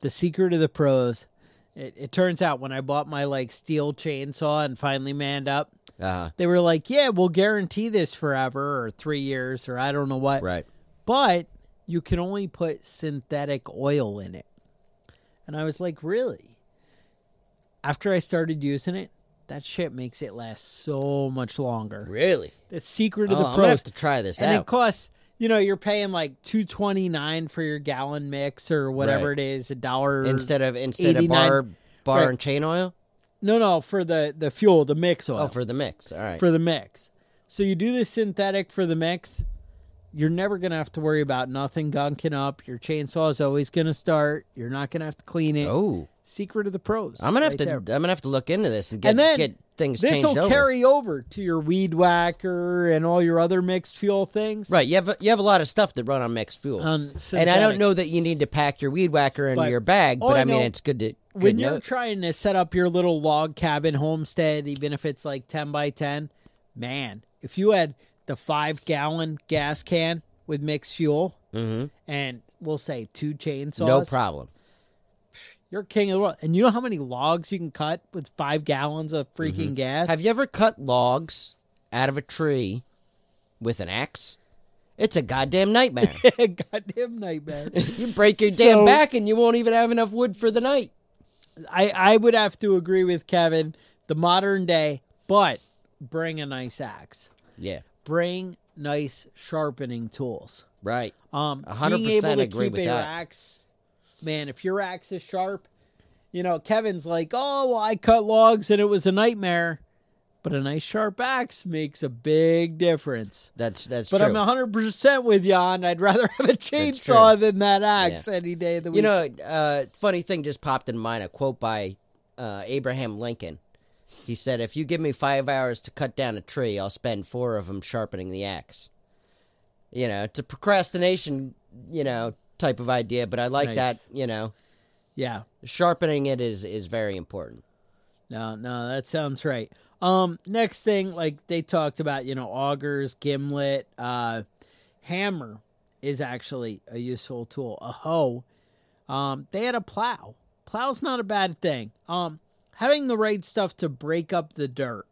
Speaker 2: The secret of the pros. It, it turns out when I bought my like steel chainsaw and finally manned up,
Speaker 3: Uh,
Speaker 2: they were like, "Yeah, we'll guarantee this forever or three years or I don't know what."
Speaker 3: right.
Speaker 2: but you can only put synthetic oil in it. And I was like, really? After I started using it, that shit makes it last so much longer.
Speaker 3: Really?
Speaker 2: The secret
Speaker 3: Oh,
Speaker 2: of the
Speaker 3: I'm gonna
Speaker 2: pros.
Speaker 3: have to try this
Speaker 2: and
Speaker 3: out.
Speaker 2: it costs, you know, you're paying like two twenty nine for your gallon mix or whatever
Speaker 3: Right.
Speaker 2: it is, a dollar
Speaker 3: instead of instead of
Speaker 2: 89
Speaker 3: bar bar
Speaker 2: right.
Speaker 3: and chain oil.
Speaker 2: No, no, for the the fuel, the mix oil.
Speaker 3: Oh, for the mix. All right.
Speaker 2: for the mix. So you do the synthetic for the mix. You're never going to have to worry about nothing gunking up. Your chainsaw is always going to start. You're not going to have to clean it.
Speaker 3: Oh,
Speaker 2: Secret of the pros.
Speaker 3: I'm gonna
Speaker 2: right
Speaker 3: have to.
Speaker 2: there.
Speaker 3: I'm gonna have to look into this and get
Speaker 2: and then
Speaker 3: get things
Speaker 2: this
Speaker 3: changed
Speaker 2: will
Speaker 3: over.
Speaker 2: carry over to your weed whacker and all your other mixed fuel things.
Speaker 3: right, you have you have a lot of stuff that run on mixed fuel,
Speaker 2: Um,
Speaker 3: and I
Speaker 2: synthetic.
Speaker 3: don't know that you need to pack your weed whacker into
Speaker 2: But
Speaker 3: your bag,
Speaker 2: all
Speaker 3: but
Speaker 2: I
Speaker 3: I mean
Speaker 2: know,
Speaker 3: it's good to good
Speaker 2: when you're
Speaker 3: note.
Speaker 2: trying to set up your little log cabin homestead, even if it's like 10 by 10, man, if you had the five gallon gas can with mixed fuel and we'll say two chainsaws,
Speaker 3: Mm-hmm. no problem.
Speaker 2: You're king of the world. And you know how many logs you can cut with five gallons of freaking gas?
Speaker 3: Mm-hmm. Have you ever cut logs out of a tree with an axe? It's a goddamn nightmare.
Speaker 2: Goddamn nightmare.
Speaker 3: you break your
Speaker 2: So-
Speaker 3: damn back, and you won't even have enough wood for the night.
Speaker 2: I, I would have to agree with Kevin, the modern day, but bring a nice axe.
Speaker 3: Yeah,
Speaker 2: Bring nice sharpening tools.
Speaker 3: right.
Speaker 2: Um,
Speaker 3: A hundred
Speaker 2: being able
Speaker 3: percent
Speaker 2: to
Speaker 3: agree
Speaker 2: keep
Speaker 3: with
Speaker 2: a
Speaker 3: that.
Speaker 2: axe, man. If your axe is sharp, you know Kevin's like, oh, well, I cut logs and it was a nightmare, but a nice sharp axe makes a big difference.
Speaker 3: That's that's
Speaker 2: But
Speaker 3: true.
Speaker 2: I'm 100 percent with you on. I'd rather have a
Speaker 3: true.
Speaker 2: chainsaw than that axe any day of the week.
Speaker 3: You know, uh, funny thing just popped in mind. A quote by uh, Abraham Lincoln. He said, "If you give me five hours to cut down a tree, I'll spend four of them sharpening the axe." You know, it's a procrastination, you know, type of idea, but I like
Speaker 2: Nice.
Speaker 3: that. You know,
Speaker 2: yeah.
Speaker 3: sharpening it is is very important.
Speaker 2: No, no, that sounds right. Um, next thing, like they talked about, you know, augers, gimlet, uh, hammer is actually a useful tool. A hoe. Um, they had a plow. Plow's not a bad thing. Um, having the right stuff to break up the dirt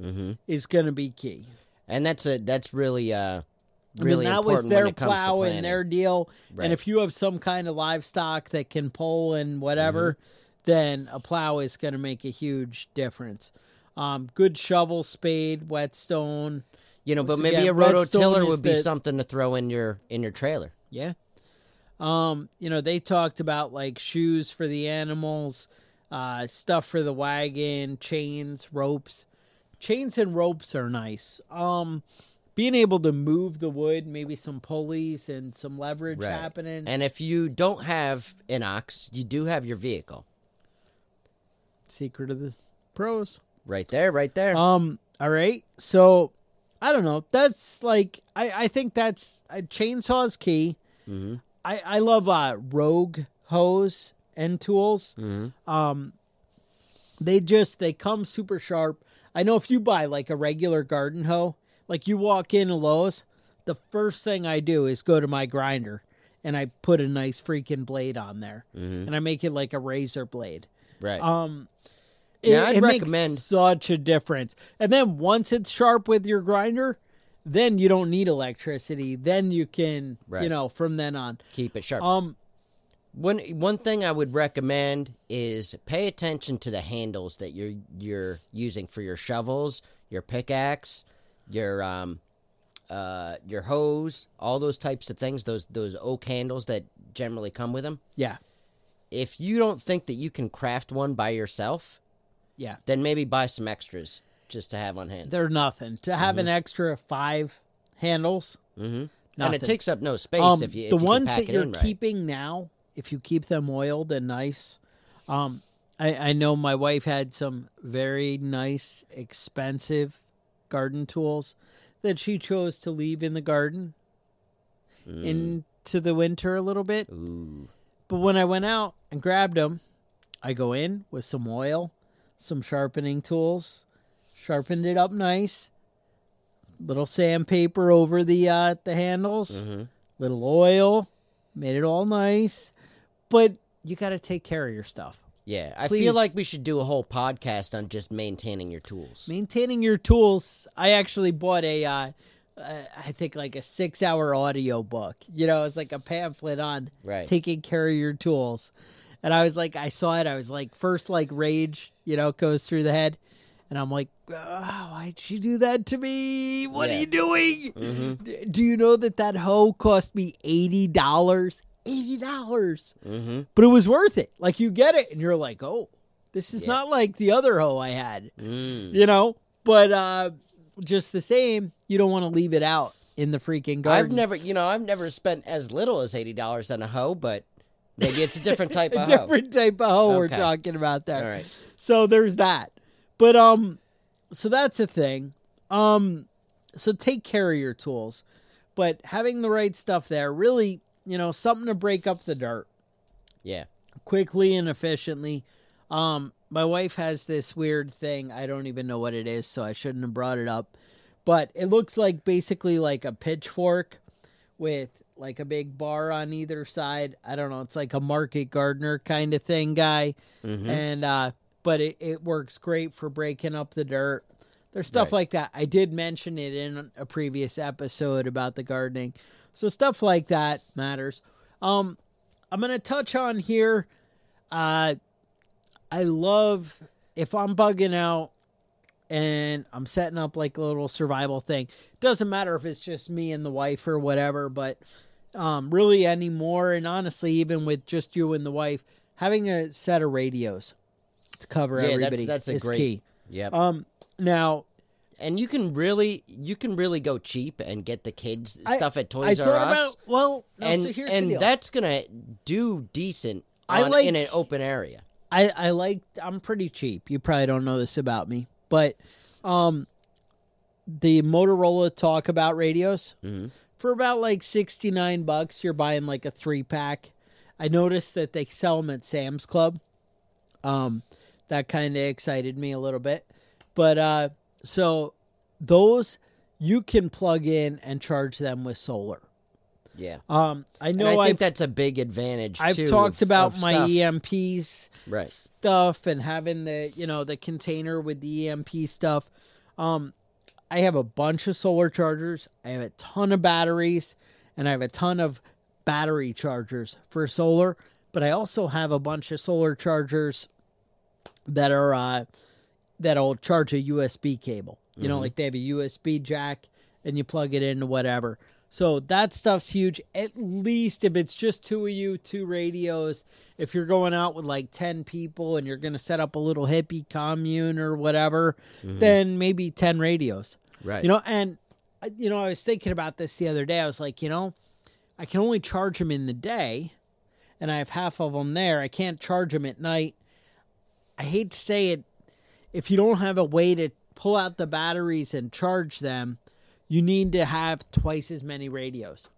Speaker 3: hmm
Speaker 2: is going to be key.
Speaker 3: And that's a that's really uh
Speaker 2: I
Speaker 3: really
Speaker 2: mean, that was
Speaker 3: important
Speaker 2: their
Speaker 3: when it comes
Speaker 2: plow
Speaker 3: to
Speaker 2: and their
Speaker 3: planning.
Speaker 2: deal.
Speaker 3: Right.
Speaker 2: And if you have some kind of livestock that can pull and whatever,
Speaker 3: Mm-hmm.
Speaker 2: then a plow is going to make a huge difference. Um, good shovel, spade, whetstone.
Speaker 3: you know, but
Speaker 2: once
Speaker 3: maybe
Speaker 2: again,
Speaker 3: a rototiller
Speaker 2: redstone is
Speaker 3: would be
Speaker 2: the-
Speaker 3: something to throw in your in your trailer.
Speaker 2: Yeah. Um, you know, they talked about like shoes for the animals, uh, stuff for the wagon, chains, ropes. Chains and ropes are nice. Um, being able to move the wood, maybe some pulleys and some leverage
Speaker 3: Right.
Speaker 2: happening.
Speaker 3: And if you don't have an ox, you do have your vehicle.
Speaker 2: Secret of the pros.
Speaker 3: Right there, right there.
Speaker 2: Um, all right. So I don't know. That's like I I think that's uh, chainsaw's key. I I love uh rogue hoes and tools. Um, they just they come super sharp. I know if you buy like a regular garden hoe, like you walk in to Lowe's, the first thing I do is go to my grinder and I put a nice freaking blade on there, and I make it like a razor blade.
Speaker 3: right.
Speaker 2: Um,
Speaker 3: Yeah,
Speaker 2: it,
Speaker 3: I'd
Speaker 2: it
Speaker 3: recommend-
Speaker 2: makes such a difference. And then once it's sharp with your grinder, then you don't need electricity. Then you can, you
Speaker 3: Right.
Speaker 2: know, from then on.
Speaker 3: Keep it sharp.
Speaker 2: Um,
Speaker 3: one one thing I would recommend is pay attention to the handles that you're you're using for your shovels, your pickaxe, your um uh your hose, all those types of things, those those oak handles that generally come with them.
Speaker 2: yeah,
Speaker 3: If you don't think that you can craft one by yourself,
Speaker 2: yeah,
Speaker 3: then maybe buy some extras just to have on hand.
Speaker 2: they're nothing to
Speaker 3: Mm-hmm.
Speaker 2: have an extra five handles.
Speaker 3: and
Speaker 2: nothing.
Speaker 3: it takes up no space
Speaker 2: Um,
Speaker 3: if you if
Speaker 2: the
Speaker 3: you can
Speaker 2: ones
Speaker 3: pack
Speaker 2: that
Speaker 3: it
Speaker 2: you're
Speaker 3: in right.
Speaker 2: keeping now, if you keep them oiled and nice, um, I, I know my wife had some very nice, expensive garden tools that she chose to leave in the garden into the winter a little bit.
Speaker 3: Hmm. Ooh.
Speaker 2: But when I went out and grabbed them, I go in with some oil, some sharpening tools, sharpened it up nice, little sandpaper over the uh, the handles,
Speaker 3: Mm-hmm.
Speaker 2: little oil, made it all nice. But you got to take care of your stuff.
Speaker 3: Yeah, I
Speaker 2: Please.
Speaker 3: feel like we should do a whole podcast on just maintaining your tools.
Speaker 2: Maintaining your tools. I actually bought a, uh, uh, I think like a six hour audio book. You know, it's like a pamphlet on
Speaker 3: Right.
Speaker 2: taking care of your tools. And I was like, I saw it. I was like, first, like rage, you know, goes through the head. And I'm like, oh, why'd she do that to me? What are
Speaker 3: Yeah.
Speaker 2: you
Speaker 3: Mm-hmm.
Speaker 2: doing? D- Do you know that that hoe cost me $80? $80.
Speaker 3: Mm-hmm.
Speaker 2: But it was worth it. Like, you get it. And you're like, oh, this is not like the other hoe I had
Speaker 3: Mm.
Speaker 2: you know but uh just the same you don't want to leave it out in the freaking garden.
Speaker 3: I've never, you know, I've never spent as little as eighty dollars on a hoe, but maybe it's a different type
Speaker 2: a
Speaker 3: of
Speaker 2: different type of hoe we're
Speaker 3: Okay.
Speaker 2: talking about
Speaker 3: hoe.
Speaker 2: there.
Speaker 3: All right.
Speaker 2: So there's that. But um so that's a thing. Um so take care of your tools. But having the right stuff there, really, you know, something to break up the dirt
Speaker 3: Yeah.
Speaker 2: quickly and efficiently. Um, my wife has this weird thing. I don't even know what it is, so I shouldn't have brought it up. But it looks like basically like a pitchfork with like a big bar on either side. I don't know. It's like a market gardener kind of thing, guy. And uh, but it, it works great for breaking up the dirt. There's stuff
Speaker 3: Right.
Speaker 2: like that. I did mention it in a previous episode about the gardening. So stuff like that matters. Um, I'm gonna touch on here. Uh, I love if I'm bugging out and I'm setting up like a little survival thing. Doesn't matter if it's just me and the wife or whatever, but um, really anymore, and honestly, even with just you and the wife, having a set of radios to cover
Speaker 3: Yeah, that's-
Speaker 2: everybody
Speaker 3: that's a
Speaker 2: is
Speaker 3: great-
Speaker 2: key.
Speaker 3: Yep.
Speaker 2: Um, now
Speaker 3: and you can really, you can really go cheap and get the kids
Speaker 2: I-
Speaker 3: stuff
Speaker 2: I
Speaker 3: at Toys R
Speaker 2: thought
Speaker 3: Us.
Speaker 2: about well, no,
Speaker 3: and
Speaker 2: so here's the
Speaker 3: and
Speaker 2: deal.
Speaker 3: that's gonna do decent.
Speaker 2: I
Speaker 3: on-
Speaker 2: like-
Speaker 3: in an open area.
Speaker 2: I I like I'm pretty cheap. You probably don't know this about me, but um the Motorola talk about radios
Speaker 3: Mm-hmm.
Speaker 2: for about like 69 bucks you're buying like a 3 pack. I noticed that they sell them at Sam's Club. Um that kind of excited me a little bit. But uh so those you can plug in and charge them with solar.
Speaker 3: Yeah.
Speaker 2: Um I know
Speaker 3: and I think
Speaker 2: I've-
Speaker 3: that's a big advantage.
Speaker 2: I've
Speaker 3: too,
Speaker 2: talked
Speaker 3: of-
Speaker 2: about
Speaker 3: of
Speaker 2: my e
Speaker 3: stuff.
Speaker 2: EMPs
Speaker 3: Right.
Speaker 2: stuff and having the you know the container with the EMP stuff. Um, I have a bunch of solar chargers. I have a ton of batteries, and I have a ton of battery chargers for solar. But I also have a bunch of solar chargers that are uh, that'll charge a USB cable. You know, like they have a USB jack and you plug it into whatever. So that stuff's huge. At least if it's just two of you, two radios, if you're going out with like 10 people and you're going to set up a little hippie commune or whatever, then maybe 10 radios.
Speaker 3: Right.
Speaker 2: You know, and, uh, you know, I was thinking about this the other day. I was like, you know, I can only charge them in the day and I have half of them there. I can't charge them at night. I hate to say it, if you don't have a way to pull out the batteries and charge them, you need to have twice as many radios.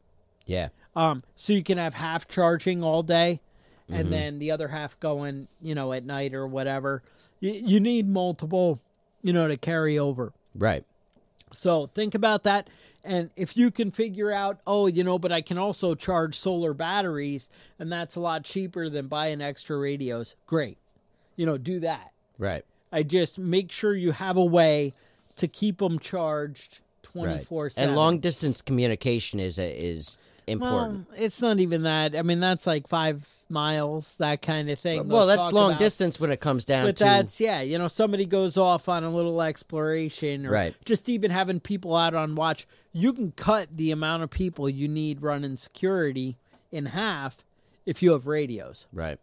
Speaker 3: Yeah.
Speaker 2: Um, so you can have half charging all day and then the other half going, you know, at night or whatever. You, you need multiple, you know, to carry over.
Speaker 3: Right.
Speaker 2: So think about that. And if you can figure out, oh, you know, but I can also charge solar batteries and that's a lot cheaper than buying extra radios, great. You know, do that.
Speaker 3: Right.
Speaker 2: I just make sure you have a way to keep them charged 24
Speaker 3: Right. And long distance communication is a, is important.
Speaker 2: Well, it's not even that. I mean, that's like five miles, that kind of thing.
Speaker 3: Well,
Speaker 2: They'll
Speaker 3: that's
Speaker 2: talk
Speaker 3: long
Speaker 2: about-
Speaker 3: distance when it comes down
Speaker 2: But
Speaker 3: to
Speaker 2: that's, yeah, you know, somebody goes off on a little exploration or
Speaker 3: Right.
Speaker 2: just even having people out on watch. You can cut the amount of people you need running security in half if you have radios.
Speaker 3: right.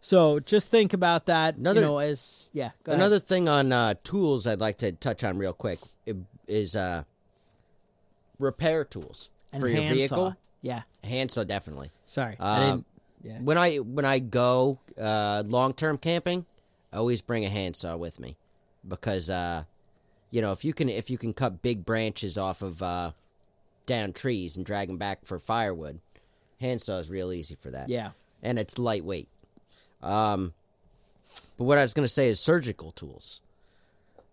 Speaker 2: So just think about that.
Speaker 3: Another-
Speaker 2: you know, as, yeah, go ahead.
Speaker 3: Another thing on uh, tools I'd like to touch on real quick i- is uh, repair tools
Speaker 2: And
Speaker 3: for your
Speaker 2: handsaw.
Speaker 3: vehicle.
Speaker 2: Yeah.
Speaker 3: Handsaw definitely.
Speaker 2: Sorry. I
Speaker 3: Uh,
Speaker 2: didn't. Yeah.
Speaker 3: When I when I go uh, long term camping, I always bring a handsaw with me because uh, you know if you can if you can cut big branches off of uh, down trees and drag them back for firewood, handsaw is real easy for that.
Speaker 2: Yeah.
Speaker 3: and it's lightweight. Um, but what I was going to say is surgical tools.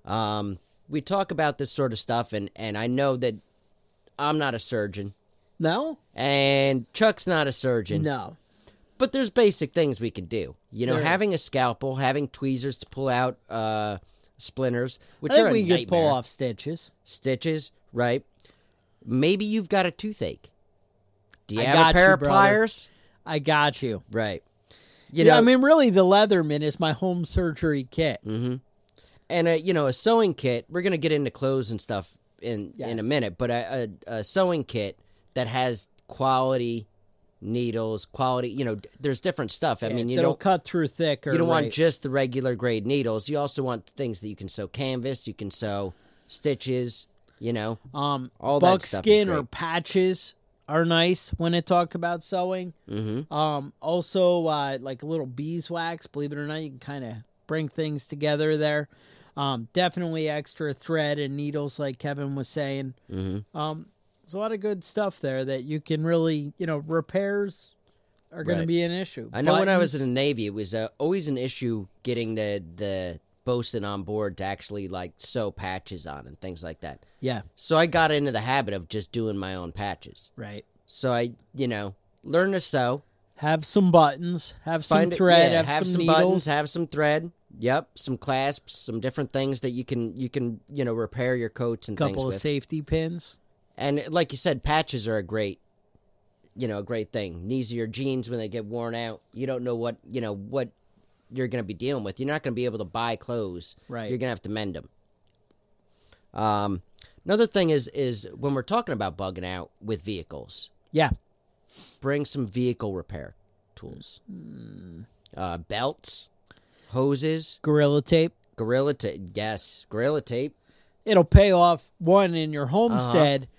Speaker 3: Um, we talk about this sort of stuff, and, and I know that I'm not a surgeon,
Speaker 2: No?
Speaker 3: and Chuck's not a surgeon,
Speaker 2: No.
Speaker 3: but there's basic things we can do. You know,
Speaker 2: There is.
Speaker 3: having a scalpel, having tweezers to pull out uh, splinters, which
Speaker 2: I think
Speaker 3: are a
Speaker 2: we could pull
Speaker 3: nightmare.
Speaker 2: off stitches.
Speaker 3: stitches, right? Maybe you've got a toothache. Do you
Speaker 2: I
Speaker 3: have
Speaker 2: got
Speaker 3: a pair
Speaker 2: you,
Speaker 3: of
Speaker 2: brother.
Speaker 3: pliers?
Speaker 2: I got you.
Speaker 3: Right. You
Speaker 2: yeah,
Speaker 3: know,
Speaker 2: I mean, really, the Leatherman is my home surgery kit.
Speaker 3: and a you know a sewing kit. We're gonna get into clothes and stuff in in
Speaker 2: Yes.
Speaker 3: a minute, but a, a, a sewing kit that has quality needles, quality. You know, d- there's different stuff. I mean, you
Speaker 2: That'll
Speaker 3: don't
Speaker 2: cut through thick or
Speaker 3: you don't want
Speaker 2: right.
Speaker 3: just the regular grade needles. You also want things that you can sew canvas. You can sew stitches. You know,
Speaker 2: Um,
Speaker 3: All that stuff is
Speaker 2: buckskin or
Speaker 3: great.
Speaker 2: patches are nice when it talk about sewing.
Speaker 3: hmm
Speaker 2: Um, also, uh, like a little beeswax. Believe it or not, you can kind of bring things together there. Um, definitely extra thread and needles, like Kevin was saying.
Speaker 3: hmm
Speaker 2: Um, there's a lot of good stuff there that you can really, you know, repairs are going to
Speaker 3: Right.
Speaker 2: be an issue.
Speaker 3: I know when I was in
Speaker 2: Buttons-
Speaker 3: the Navy, it was uh, always an issue getting the the bosun on board to actually like sew patches on and things like that.
Speaker 2: yeah,
Speaker 3: So I got into the habit of just doing my own patches.
Speaker 2: right.
Speaker 3: So I, you know, learn to sew,
Speaker 2: Have some buttons, have some
Speaker 3: find it-
Speaker 2: thread,
Speaker 3: yeah,
Speaker 2: have, some, needles.
Speaker 3: buttons, have some thread. Yep, some clasps, some different things that you can you can you know repair your coats and things
Speaker 2: couple of
Speaker 3: with.
Speaker 2: safety pins.
Speaker 3: And like you said, patches are a great, you know, a great thing. Knees of your jeans when they get worn out, you don't know what you know what you're going to be dealing with. You're not going to be able to buy clothes.
Speaker 2: Right.
Speaker 3: You're going to have to mend them. Um, another thing is is when we're talking about bugging out with vehicles,
Speaker 2: Yeah,
Speaker 3: bring some vehicle repair tools,
Speaker 2: Hmm.
Speaker 3: uh, belts, hoses,
Speaker 2: gorilla tape.
Speaker 3: gorilla tape. Yes, gorilla tape.
Speaker 2: It'll pay off one in your
Speaker 3: Uh-huh.
Speaker 2: homestead,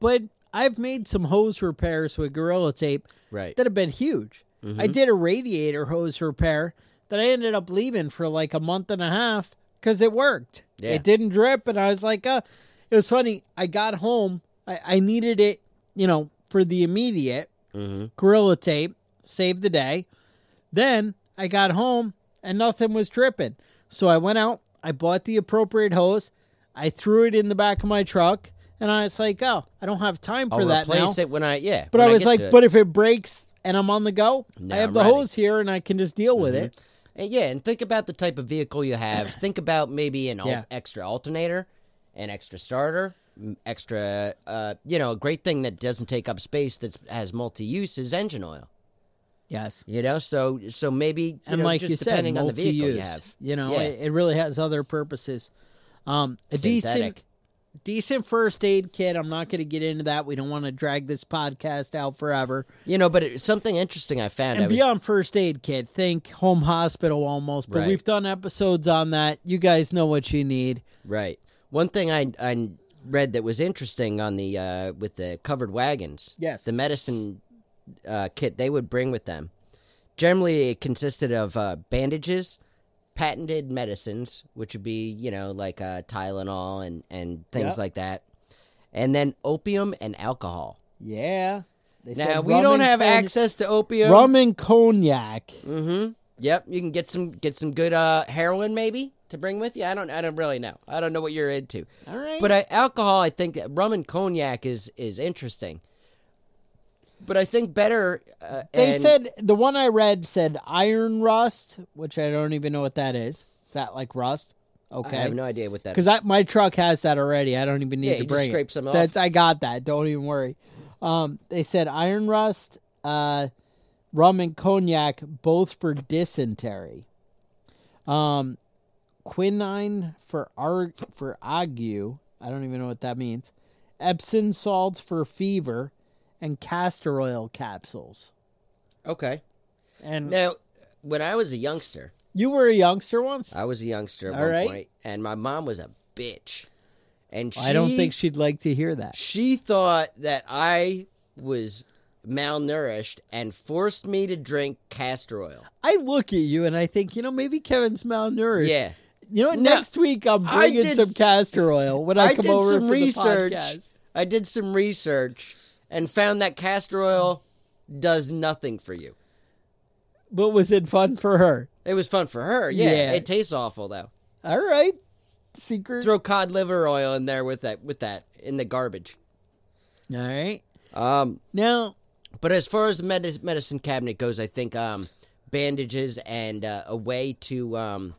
Speaker 2: but I've made some hose repairs with gorilla tape
Speaker 3: Right. Mm-hmm.
Speaker 2: that have been huge. I did a radiator hose repair that I ended up leaving for like a month and a half because it worked.
Speaker 3: Yeah.
Speaker 2: It didn't drip, and I was like, uh, it was funny. I got home, I, I needed it, you know, for the immediate
Speaker 3: Mm-hmm.
Speaker 2: gorilla tape, saved the day. Then I got home and nothing was dripping. So I went out, I bought the appropriate hose, I threw it in the back of my truck, and I was like, oh, I don't have time for
Speaker 3: I'll
Speaker 2: that now.
Speaker 3: replace it when I yeah.
Speaker 2: But
Speaker 3: when
Speaker 2: I was
Speaker 3: get
Speaker 2: like,
Speaker 3: to it.
Speaker 2: but if it breaks and I'm Mm-hmm. on the go,
Speaker 3: Now
Speaker 2: I have
Speaker 3: I'm
Speaker 2: the
Speaker 3: ready."
Speaker 2: hose here and I can just deal with it.
Speaker 3: And yeah, and think about the type of vehicle you have. think about maybe an al-
Speaker 2: Yeah.
Speaker 3: extra alternator, an extra starter, m- extra, uh, you know, a great thing that doesn't take up space that has multi use is engine oil.
Speaker 2: Yes.
Speaker 3: You know, so so maybe you
Speaker 2: And
Speaker 3: know,
Speaker 2: like
Speaker 3: just
Speaker 2: you said,
Speaker 3: depending on the vehicle
Speaker 2: multi-use.
Speaker 3: you
Speaker 2: You,
Speaker 3: have,
Speaker 2: know,
Speaker 3: Yeah.
Speaker 2: it, it really has other purposes. Um, a decent
Speaker 3: synthetic.
Speaker 2: decent first aid kit. I'm not going to get into that. We don't want to drag this podcast out forever.
Speaker 3: You know, but it, something interesting I found.
Speaker 2: And
Speaker 3: I was,
Speaker 2: beyond first aid kit, think home hospital almost. But
Speaker 3: Right.
Speaker 2: we've done episodes on that. You guys know what you need.
Speaker 3: Right. One thing I I read that was interesting on the uh, with the covered wagons.
Speaker 2: Yes.
Speaker 3: The medicine uh, kit they would bring with them. Generally, it consisted of uh, bandages, patented medicines, which would be you know like uh, Tylenol and and things
Speaker 2: Yeah.
Speaker 3: like that, and then opium and alcohol.
Speaker 2: Yeah. They
Speaker 3: now
Speaker 2: said
Speaker 3: we
Speaker 2: rum
Speaker 3: don't
Speaker 2: and
Speaker 3: have
Speaker 2: con-
Speaker 3: access to opium.
Speaker 2: Rum and cognac.
Speaker 3: Mm-hmm. Yep. You can get some get some good uh, heroin maybe to bring with you. I don't I don't really know. I don't know what you're into.
Speaker 2: All right.
Speaker 3: But I, alcohol, I think that rum and cognac is is interesting. But I think better. Uh,
Speaker 2: They
Speaker 3: and-
Speaker 2: said the one I read said iron rust, which I don't even know what that is. Is that like rust?
Speaker 3: I have
Speaker 2: Okay.
Speaker 3: no idea what that.
Speaker 2: Because my truck has that already. I don't even need
Speaker 3: Yeah,
Speaker 2: to
Speaker 3: you just
Speaker 2: bring it.
Speaker 3: scrape some off.
Speaker 2: That's I got that. Don't even worry. Um, they said iron rust, uh, rum and cognac, both for dysentery. Um, quinine for arg for ague. I don't even know what that means. Epsom salts for fever, and castor oil capsules.
Speaker 3: Okay.
Speaker 2: And
Speaker 3: Now, when I was a youngster,
Speaker 2: You were a youngster once.
Speaker 3: I was a youngster at
Speaker 2: All
Speaker 3: one
Speaker 2: right.
Speaker 3: point, and my mom was a bitch, and she,
Speaker 2: I don't think she'd like to hear that.
Speaker 3: she thought that I was malnourished and forced me to drink castor oil.
Speaker 2: I look at you and I think, you know, maybe Kevin's malnourished.
Speaker 3: Yeah.
Speaker 2: You know, what?
Speaker 3: No.
Speaker 2: next week I'm
Speaker 3: I
Speaker 2: bringing
Speaker 3: did
Speaker 2: some
Speaker 3: s-
Speaker 2: castor oil when I,
Speaker 3: I
Speaker 2: come
Speaker 3: did
Speaker 2: over
Speaker 3: some
Speaker 2: for
Speaker 3: research.
Speaker 2: the podcast.
Speaker 3: I did some research and found that castor oil does nothing for you.
Speaker 2: But was it fun for her?
Speaker 3: It was fun for her. Yeah,
Speaker 2: Yeah.
Speaker 3: it tastes awful though.
Speaker 2: All right, secret.
Speaker 3: Throw cod liver oil in there with that with that in the garbage.
Speaker 2: All right.
Speaker 3: Um,
Speaker 2: Now,
Speaker 3: but as far as the medi- medicine cabinet goes, I think um, bandages and uh, a way to um,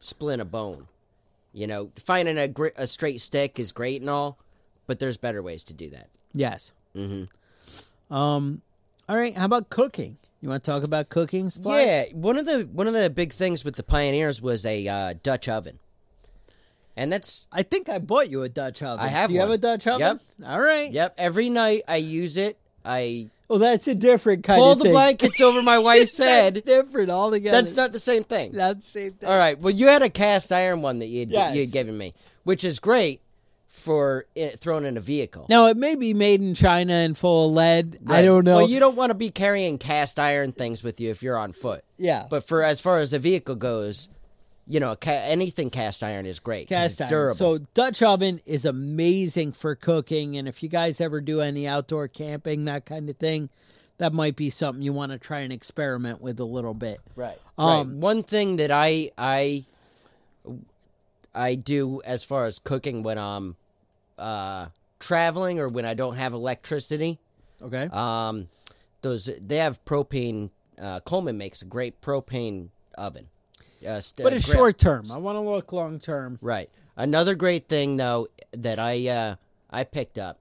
Speaker 3: splint a bone. You know, finding a gr- a straight stick is great and all, but there's better ways to do that.
Speaker 2: yes.
Speaker 3: hmm
Speaker 2: Um. All right. How about cooking? You want to talk about cooking? Splash?
Speaker 3: Yeah, one of the one of the big things with the pioneers was a uh, Dutch oven, and that's
Speaker 2: I think I bought you a Dutch oven.
Speaker 3: I have
Speaker 2: Do you have
Speaker 3: one.
Speaker 2: a Dutch oven? All right.
Speaker 3: yep. Every night I use it. I
Speaker 2: Well, that's a different kind
Speaker 3: pull
Speaker 2: of
Speaker 3: the
Speaker 2: thing.
Speaker 3: blankets over my wife's
Speaker 2: That's
Speaker 3: head.
Speaker 2: different altogether.
Speaker 3: That's not the same thing.
Speaker 2: That's the same thing.
Speaker 3: All right. Well, you had a cast iron one that you
Speaker 2: Yes.
Speaker 3: you had given me, which is great for it thrown in a vehicle.
Speaker 2: Now it may be made in China and full of lead. I don't know.
Speaker 3: Well, you don't want to be carrying cast iron things with you if you're on foot.
Speaker 2: yeah,
Speaker 3: But for as far as the vehicle goes, you know, ca- anything cast iron is great. 'cause
Speaker 2: cast
Speaker 3: it's
Speaker 2: iron.
Speaker 3: durable.
Speaker 2: So Dutch oven is amazing for cooking, and if you guys ever do any outdoor camping, that kind of thing, that might be something you want to try and experiment with a little bit.
Speaker 3: Right. right.
Speaker 2: Um,
Speaker 3: One thing that I I I do as far as cooking when I'm uh, traveling or when I don't have electricity,
Speaker 2: Okay.
Speaker 3: um, those they have propane. Uh, Coleman makes a great propane oven, uh, st-
Speaker 2: but it's
Speaker 3: grill.
Speaker 2: short term. I want to look long term.
Speaker 3: Right. Another great thing though that I uh, I picked up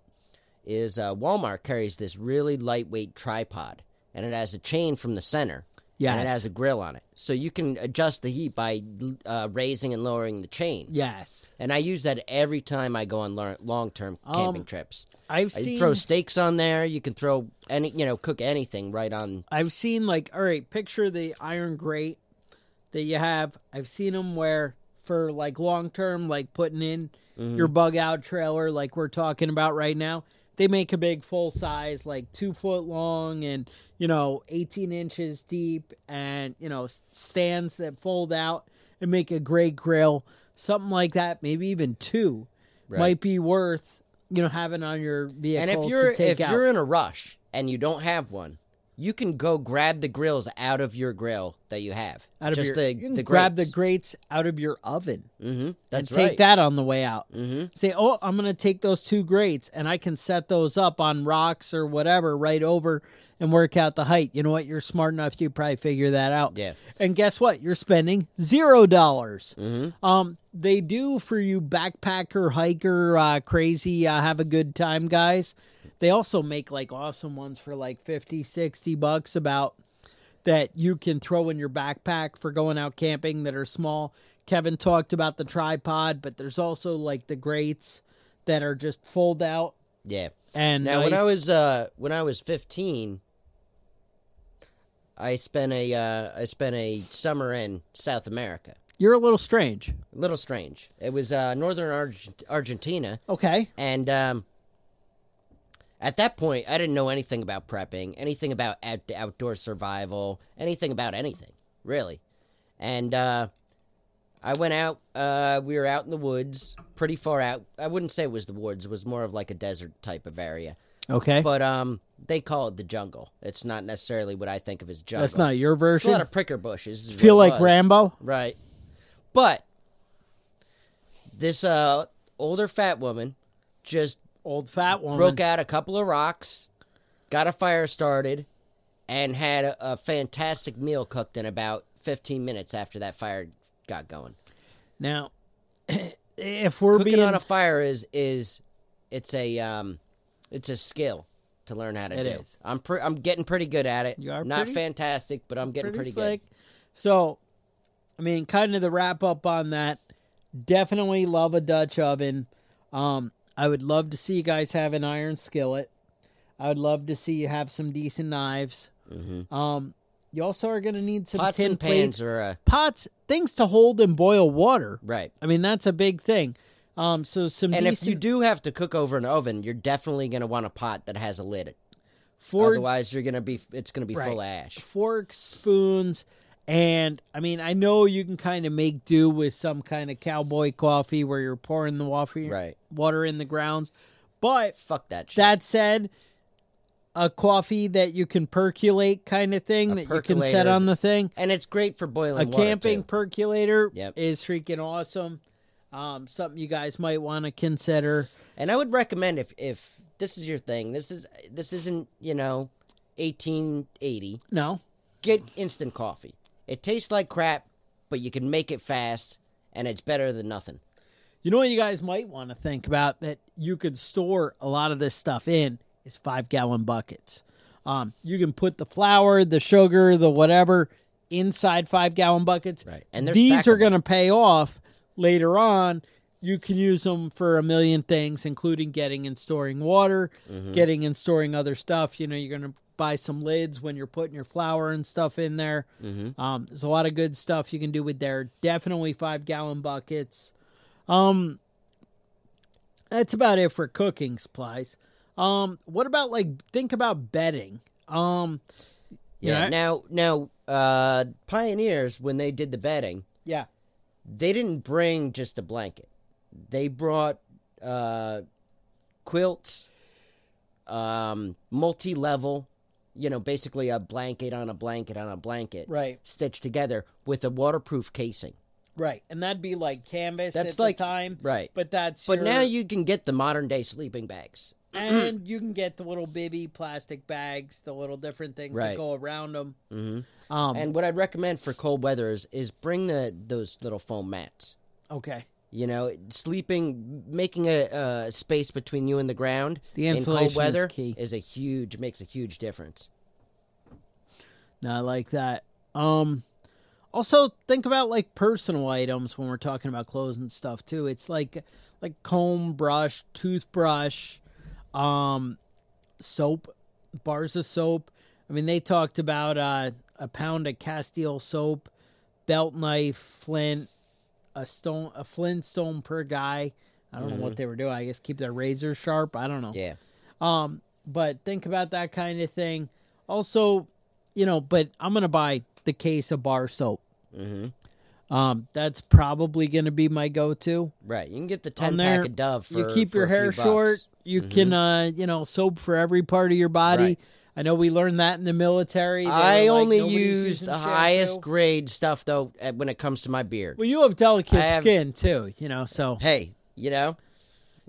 Speaker 3: is uh, Walmart carries this really lightweight tripod, and it has a chain from the center. and
Speaker 2: Yes.
Speaker 3: it has a grill on it, so you can adjust the heat by uh, raising and lowering the chain.
Speaker 2: Yes,
Speaker 3: And I use that every time I go on lar- long-term camping
Speaker 2: Um,
Speaker 3: trips.
Speaker 2: I've
Speaker 3: I
Speaker 2: seen.
Speaker 3: throw steaks on there. You can throw any, you know, cook anything right on.
Speaker 2: I've seen like all right, picture the iron grate that you have. I've seen them where for like long term, like putting in
Speaker 3: Mm-hmm.
Speaker 2: your bug out trailer, like we're talking about right now. They make a big full size, like two foot long and you know eighteen inches deep, and you know s- stands that fold out and make a great grill, something like that. Maybe even two might be worth you know having on your vehicle.
Speaker 3: And if you're
Speaker 2: to take
Speaker 3: if
Speaker 2: out.
Speaker 3: you're in a rush and you don't have one, you can go grab the grills out of your grill that you have.
Speaker 2: out of
Speaker 3: Just
Speaker 2: your,
Speaker 3: the,
Speaker 2: you can
Speaker 3: the
Speaker 2: grab the
Speaker 3: grates.
Speaker 2: grates out of your oven
Speaker 3: hmm That's
Speaker 2: and take
Speaker 3: right.
Speaker 2: that on the way out. Mm-hmm. Say, oh, I'm going to take those two grates and I can set those up on rocks or whatever right over and work out the height. You know what? You're smart enough. You probably figure that out.
Speaker 3: Yeah.
Speaker 2: And guess what? You're spending zero dollars.
Speaker 3: Mm-hmm.
Speaker 2: Um, they do for you backpacker, hiker, uh, crazy, uh, have a good time guys. They also make like awesome ones for like 50, 60 bucks about that you can throw in your backpack for going out camping that are small. Kevin talked about the tripod, but there's also like the grates that are just fold out
Speaker 3: Yeah.
Speaker 2: and
Speaker 3: Now when
Speaker 2: nice.
Speaker 3: I was uh when I was 15, I spent a uh, I spent a summer in South America.
Speaker 2: you're a little strange.
Speaker 3: A little strange. It was uh, northern Argent- Argentina.
Speaker 2: Okay.
Speaker 3: And um, at that point, I didn't know anything about prepping, anything about out- outdoor survival, anything about anything, really. And uh, I went out, uh, we were out in the woods, pretty far out. I wouldn't say it was the woods, it was more of like a desert type of area.
Speaker 2: Okay.
Speaker 3: But um, they call it the jungle. It's not necessarily what I think of as jungle.
Speaker 2: That's not your
Speaker 3: It's a lot
Speaker 2: version.
Speaker 3: of pricker bushes. is
Speaker 2: Feel
Speaker 3: what it
Speaker 2: like
Speaker 3: was.
Speaker 2: Rambo?
Speaker 3: Right. But this uh older fat woman just
Speaker 2: Old fat woman.
Speaker 3: broke out a couple of rocks, got a fire started, and had a, a fantastic meal cooked in about 15 minutes after that fire got going.
Speaker 2: Now, if we're
Speaker 3: Cooking
Speaker 2: being
Speaker 3: on a fire is is it's a um it's a skill to learn how to
Speaker 2: It
Speaker 3: do.
Speaker 2: is.
Speaker 3: I'm pre- I'm getting pretty good at it.
Speaker 2: You are
Speaker 3: not
Speaker 2: pretty-
Speaker 3: fantastic, but I'm getting pretty, good.
Speaker 2: So, I mean, kind of the wrap up on that. Definitely love a Dutch oven. Um, I would love to see you guys have an iron skillet. I would love to see you have some decent knives. Um, you also are going to need some
Speaker 3: Mm-hmm. Pots
Speaker 2: tin
Speaker 3: and
Speaker 2: plates,
Speaker 3: pans are uh,
Speaker 2: pots, things to hold and boil water.
Speaker 3: right.
Speaker 2: I mean, that's a big thing. Um, so some
Speaker 3: And if
Speaker 2: decent
Speaker 3: you do have to cook over an oven, you're definitely going to want a pot that has a lid.
Speaker 2: fork-
Speaker 3: Otherwise, you're going to be it's going to be full of
Speaker 2: Right.
Speaker 3: ash.
Speaker 2: forks, spoons, and I mean, I know you can kind of make do with some kind of cowboy coffee where you're pouring the waffle
Speaker 3: Right.
Speaker 2: water in the grounds. But
Speaker 3: Fuck that shit.
Speaker 2: that said, a coffee that you can percolate kind of thing that you can set
Speaker 3: percolator
Speaker 2: on
Speaker 3: is-
Speaker 2: the thing.
Speaker 3: and it's great for boiling
Speaker 2: A
Speaker 3: water,
Speaker 2: camping
Speaker 3: too.
Speaker 2: percolator
Speaker 3: Yep.
Speaker 2: is freaking awesome. Um, something you guys might want to consider.
Speaker 3: And I would recommend if if this is your thing, this is this isn't you know, 1880.
Speaker 2: No,
Speaker 3: Get instant coffee. It tastes like crap, but you can make it fast, and it's better than nothing.
Speaker 2: You know what you guys might want to think about that you could store a lot of this stuff in is five gallon buckets. Um, you can put the flour, the sugar, the whatever inside five gallon buckets.
Speaker 3: Right. And they're
Speaker 2: these are
Speaker 3: stackable.
Speaker 2: going to pay off later on. You can use them for a million things, including getting and storing water,
Speaker 3: Mm-hmm.
Speaker 2: getting and storing other stuff. You know, you're going to buy some lids when you're putting your flour and stuff in there.
Speaker 3: Mm-hmm.
Speaker 2: Um, there's a lot of good stuff you can do with there. Definitely five gallon buckets. Um, That's about it for cooking supplies. Um, what about like think about bedding? Um,
Speaker 3: Yeah.
Speaker 2: Yeah.
Speaker 3: Now, now, uh, pioneers when they did the bedding,
Speaker 2: yeah,
Speaker 3: they didn't bring just a blanket. They brought uh, quilts, um, multi-level, you know, basically a blanket on a blanket on a blanket,
Speaker 2: Right.
Speaker 3: Stitched together with a waterproof casing.
Speaker 2: right. And that'd be like canvas
Speaker 3: That's
Speaker 2: at
Speaker 3: like-
Speaker 2: the time,
Speaker 3: right.
Speaker 2: But that's
Speaker 3: But
Speaker 2: your-
Speaker 3: now you can get the modern-day sleeping bags.
Speaker 2: and you can get the little bibby plastic bags, the little different things that
Speaker 3: Right.
Speaker 2: go around them.
Speaker 3: hmm
Speaker 2: Um,
Speaker 3: And what I'd recommend for cold weather is, is bring the those little foam mats.
Speaker 2: okay,
Speaker 3: You know, sleeping, making a, a space between you and the ground
Speaker 2: The
Speaker 3: in
Speaker 2: insulation is
Speaker 3: cold weather
Speaker 2: key.
Speaker 3: a huge makes a huge difference.
Speaker 2: no, I like that. Um, also think about like personal items when we're talking about clothes and stuff too. It's like like comb, brush, toothbrush, um, soap, bars of soap. I mean, they talked about uh, a pound of Castile soap, belt knife, flint, a stone, a Flintstone per guy. I don't know what they were doing. I guess keep their razor sharp. I don't know.
Speaker 3: Yeah,
Speaker 2: Um, but think about that kind of thing. Also, you know, but I'm gonna buy the case of bar soap.
Speaker 3: Mhm.
Speaker 2: Um, that's probably gonna be my go-to.
Speaker 3: right. You can get the
Speaker 2: On
Speaker 3: ten
Speaker 2: there,
Speaker 3: pack of Dove. For,
Speaker 2: you keep
Speaker 3: for
Speaker 2: your
Speaker 3: a few
Speaker 2: hair
Speaker 3: bucks. Mm-hmm.
Speaker 2: short. You can, uh, you know, soap for every part of your body.
Speaker 3: Right.
Speaker 2: I know we learned that in the military. They were
Speaker 3: I
Speaker 2: like,
Speaker 3: only
Speaker 2: "Nobody's
Speaker 3: use
Speaker 2: using
Speaker 3: the
Speaker 2: shampoo."
Speaker 3: highest grade stuff though uh, when it comes to my beard.
Speaker 2: Well, you have delicate
Speaker 3: I have-
Speaker 2: skin too, you know. So
Speaker 3: Hey, you know,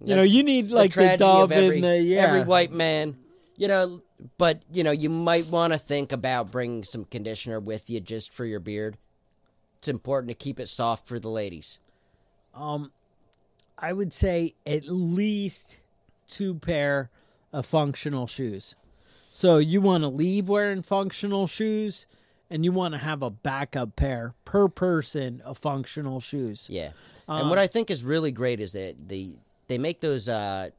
Speaker 2: you know, you need like the,
Speaker 3: tragedy
Speaker 2: Dove
Speaker 3: of every,
Speaker 2: and the yeah.
Speaker 3: every white man. You know, but you know, you might want to think about bringing some conditioner with you just for your beard. It's important to keep it soft for the ladies.
Speaker 2: Um, I would say at least two pair of functional shoes. So you want to leave wearing functional shoes, and you want to have a backup pair per person of functional shoes.
Speaker 3: Yeah. and
Speaker 2: Uh.
Speaker 3: what I think is really great is that the they make those uh,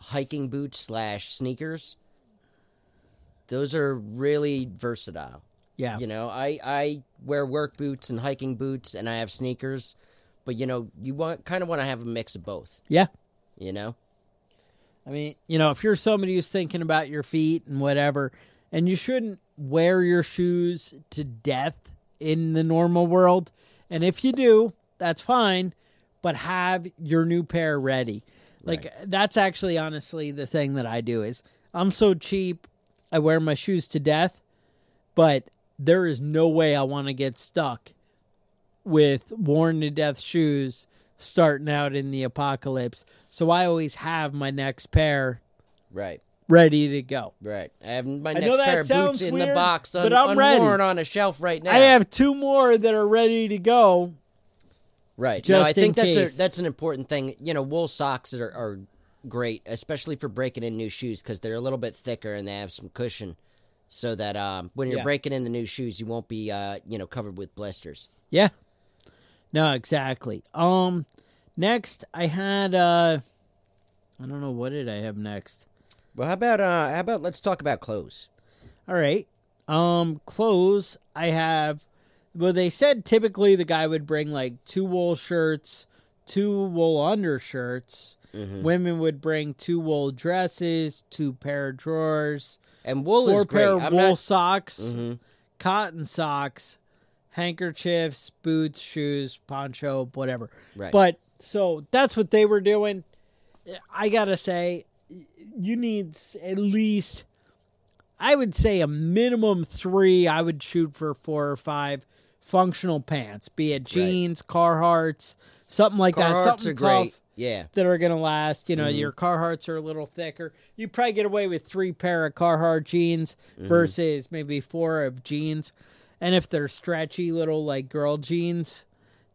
Speaker 3: hiking boots slash sneakers. Those are really versatile.
Speaker 2: Yeah,
Speaker 3: You know, I I wear work boots and hiking boots, and I have sneakers. But you know, you want kind of want to have a mix of both.
Speaker 2: yeah.
Speaker 3: You know,
Speaker 2: I mean, you know, if you're somebody who's thinking about your feet and whatever, and you shouldn't wear your shoes to death in the normal world. And if you do, that's fine, but have your new pair ready. Like that's actually honestly the thing that I do is I'm so cheap, I wear my shoes to death, but there is no way I want to get stuck with worn to death shoes starting out in the apocalypse. So I always have my next pair
Speaker 3: right,
Speaker 2: ready to go.
Speaker 3: right. I have my
Speaker 2: know
Speaker 3: next
Speaker 2: that
Speaker 3: pair of boots
Speaker 2: sounds
Speaker 3: in the
Speaker 2: weird,
Speaker 3: box, un-
Speaker 2: but I'm ready.
Speaker 3: unworn on a shelf right now.
Speaker 2: I have two more that are ready to go.
Speaker 3: Right. no,
Speaker 2: just
Speaker 3: I think
Speaker 2: in
Speaker 3: that's
Speaker 2: case.
Speaker 3: a, that's an important thing. You know, wool socks are, are great, especially for breaking in new shoes because they're a little bit thicker and they have some cushion, so that um, when you're
Speaker 2: Yeah.
Speaker 3: breaking in the new shoes, you won't be uh, you know covered with blisters.
Speaker 2: Yeah. No, exactly. Um next I had uh I don't know what did I have next.
Speaker 3: Well, how about uh, how about let's talk about clothes.
Speaker 2: All right. Um clothes I have well they said typically the guy would bring like two wool shirts, two wool undershirts. Women would bring two wool dresses, two pair of drawers,
Speaker 3: And wool
Speaker 2: four
Speaker 3: is great.
Speaker 2: pair
Speaker 3: I'm
Speaker 2: wool
Speaker 3: not, Mm-hmm.
Speaker 2: socks, cotton socks, handkerchiefs, boots, shoes, poncho, whatever.
Speaker 3: Right.
Speaker 2: But so that's what they were doing. I gotta say, y- you need s- at least, I would say a minimum three. I would shoot for four or five functional pants, be it jeans, Carhartts, something like that,
Speaker 3: Carhartts
Speaker 2: something
Speaker 3: are great.
Speaker 2: tough
Speaker 3: Yeah.
Speaker 2: that are gonna last. You know,
Speaker 3: Mm-hmm.
Speaker 2: your Carhartts are a little thicker. You probably get away with three pair of Carhartt jeans
Speaker 3: Mm-hmm.
Speaker 2: versus maybe four of jeans. And if they're stretchy little like girl jeans,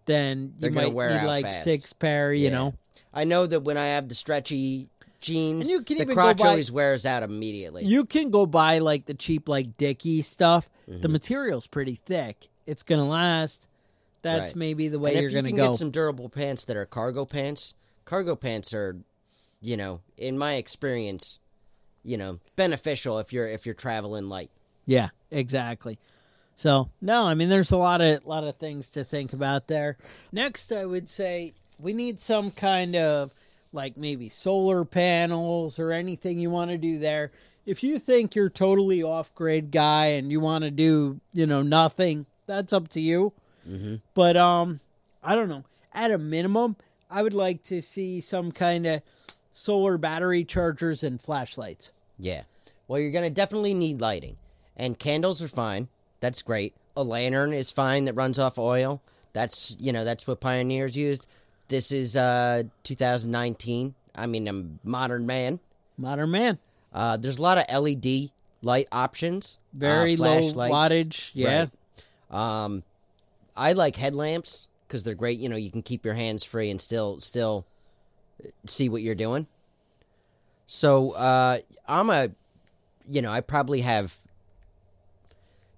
Speaker 2: then you
Speaker 3: They're gonna
Speaker 2: might
Speaker 3: wear
Speaker 2: need
Speaker 3: out
Speaker 2: like
Speaker 3: fast.
Speaker 2: six pair. You
Speaker 3: Yeah.
Speaker 2: know,
Speaker 3: I know that when I have the stretchy jeans,
Speaker 2: And you can
Speaker 3: the
Speaker 2: even go
Speaker 3: crotch
Speaker 2: buy-
Speaker 3: always wears out immediately.
Speaker 2: you can go buy like the cheap like Dickie stuff.
Speaker 3: Mm-hmm.
Speaker 2: The material's pretty thick. It's gonna last. That's
Speaker 3: Right.
Speaker 2: maybe the way
Speaker 3: and
Speaker 2: you're
Speaker 3: if you
Speaker 2: gonna
Speaker 3: can
Speaker 2: go.
Speaker 3: get some durable pants that are cargo pants, cargo pants are, you know, in my experience, you know, beneficial if you're if you're traveling light.
Speaker 2: Yeah, exactly. So no, I mean, there's a lot of lot of things to think about there. Next, I would say we need some kind of like maybe solar panels or anything you want to do there. If you think you're totally off grade guy and you want to do, you know, nothing, that's up to you. But um, I don't know. At a minimum, I would like to see some kind of solar battery chargers and flashlights.
Speaker 3: Yeah. Well, you're going to definitely need lighting. And candles are fine. That's great. A lantern is fine that runs off oil. That's, you know, that's what pioneers used. This is uh 2019. I mean, I'm a modern man.
Speaker 2: Modern man,
Speaker 3: Uh there's a lot of LED light options. uh,
Speaker 2: very low
Speaker 3: flashlights.
Speaker 2: wattage. Yeah,
Speaker 3: Right. Um I like headlamps cuz they're great, you know, you can keep your hands free and still still see what you're doing. So, uh I'm a you know, I probably have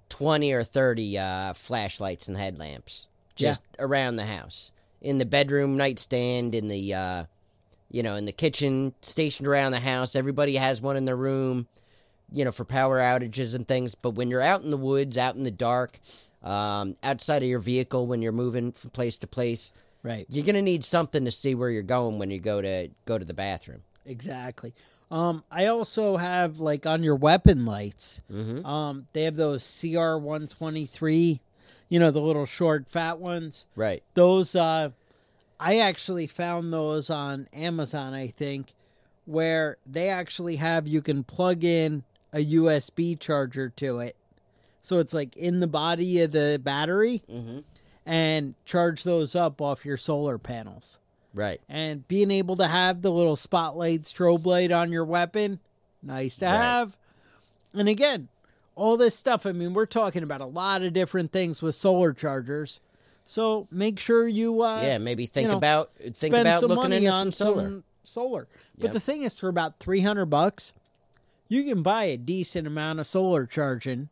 Speaker 3: 20 or 30 uh, flashlights and headlamps just around the house in the bedroom nightstand in the uh, you know in the kitchen stationed around the house everybody has one in their room you know for power outages and things but when you're out in the woods out in the dark um, outside of your vehicle when you're moving from place to place
Speaker 2: right.
Speaker 3: you're gonna need something to see where you're going when you go to go to the bathroom
Speaker 2: Exactly. Um, I also have like on your weapon lights.
Speaker 3: Mhm.
Speaker 2: Um, they have those CR one twenty three, you know, the little short fat ones.
Speaker 3: right
Speaker 2: Those uh, I actually found those on Amazon. I think where they actually have you can plug in a USB charger to it, so it's like in the body of the battery,
Speaker 3: Mhm.
Speaker 2: and charge those up off your solar panels
Speaker 3: right
Speaker 2: and being able to have the little spotlight strobe light on your weapon nice to
Speaker 3: Right.
Speaker 2: have and again all this stuff i mean we're talking about a lot of different things with solar chargers so make sure you uh
Speaker 3: yeah maybe think
Speaker 2: know,
Speaker 3: about think
Speaker 2: spend
Speaker 3: about
Speaker 2: some
Speaker 3: looking
Speaker 2: money
Speaker 3: into
Speaker 2: on
Speaker 3: some solar
Speaker 2: some solar but
Speaker 3: Yep.
Speaker 2: the thing is for about 300 bucks you can buy a decent amount of solar charging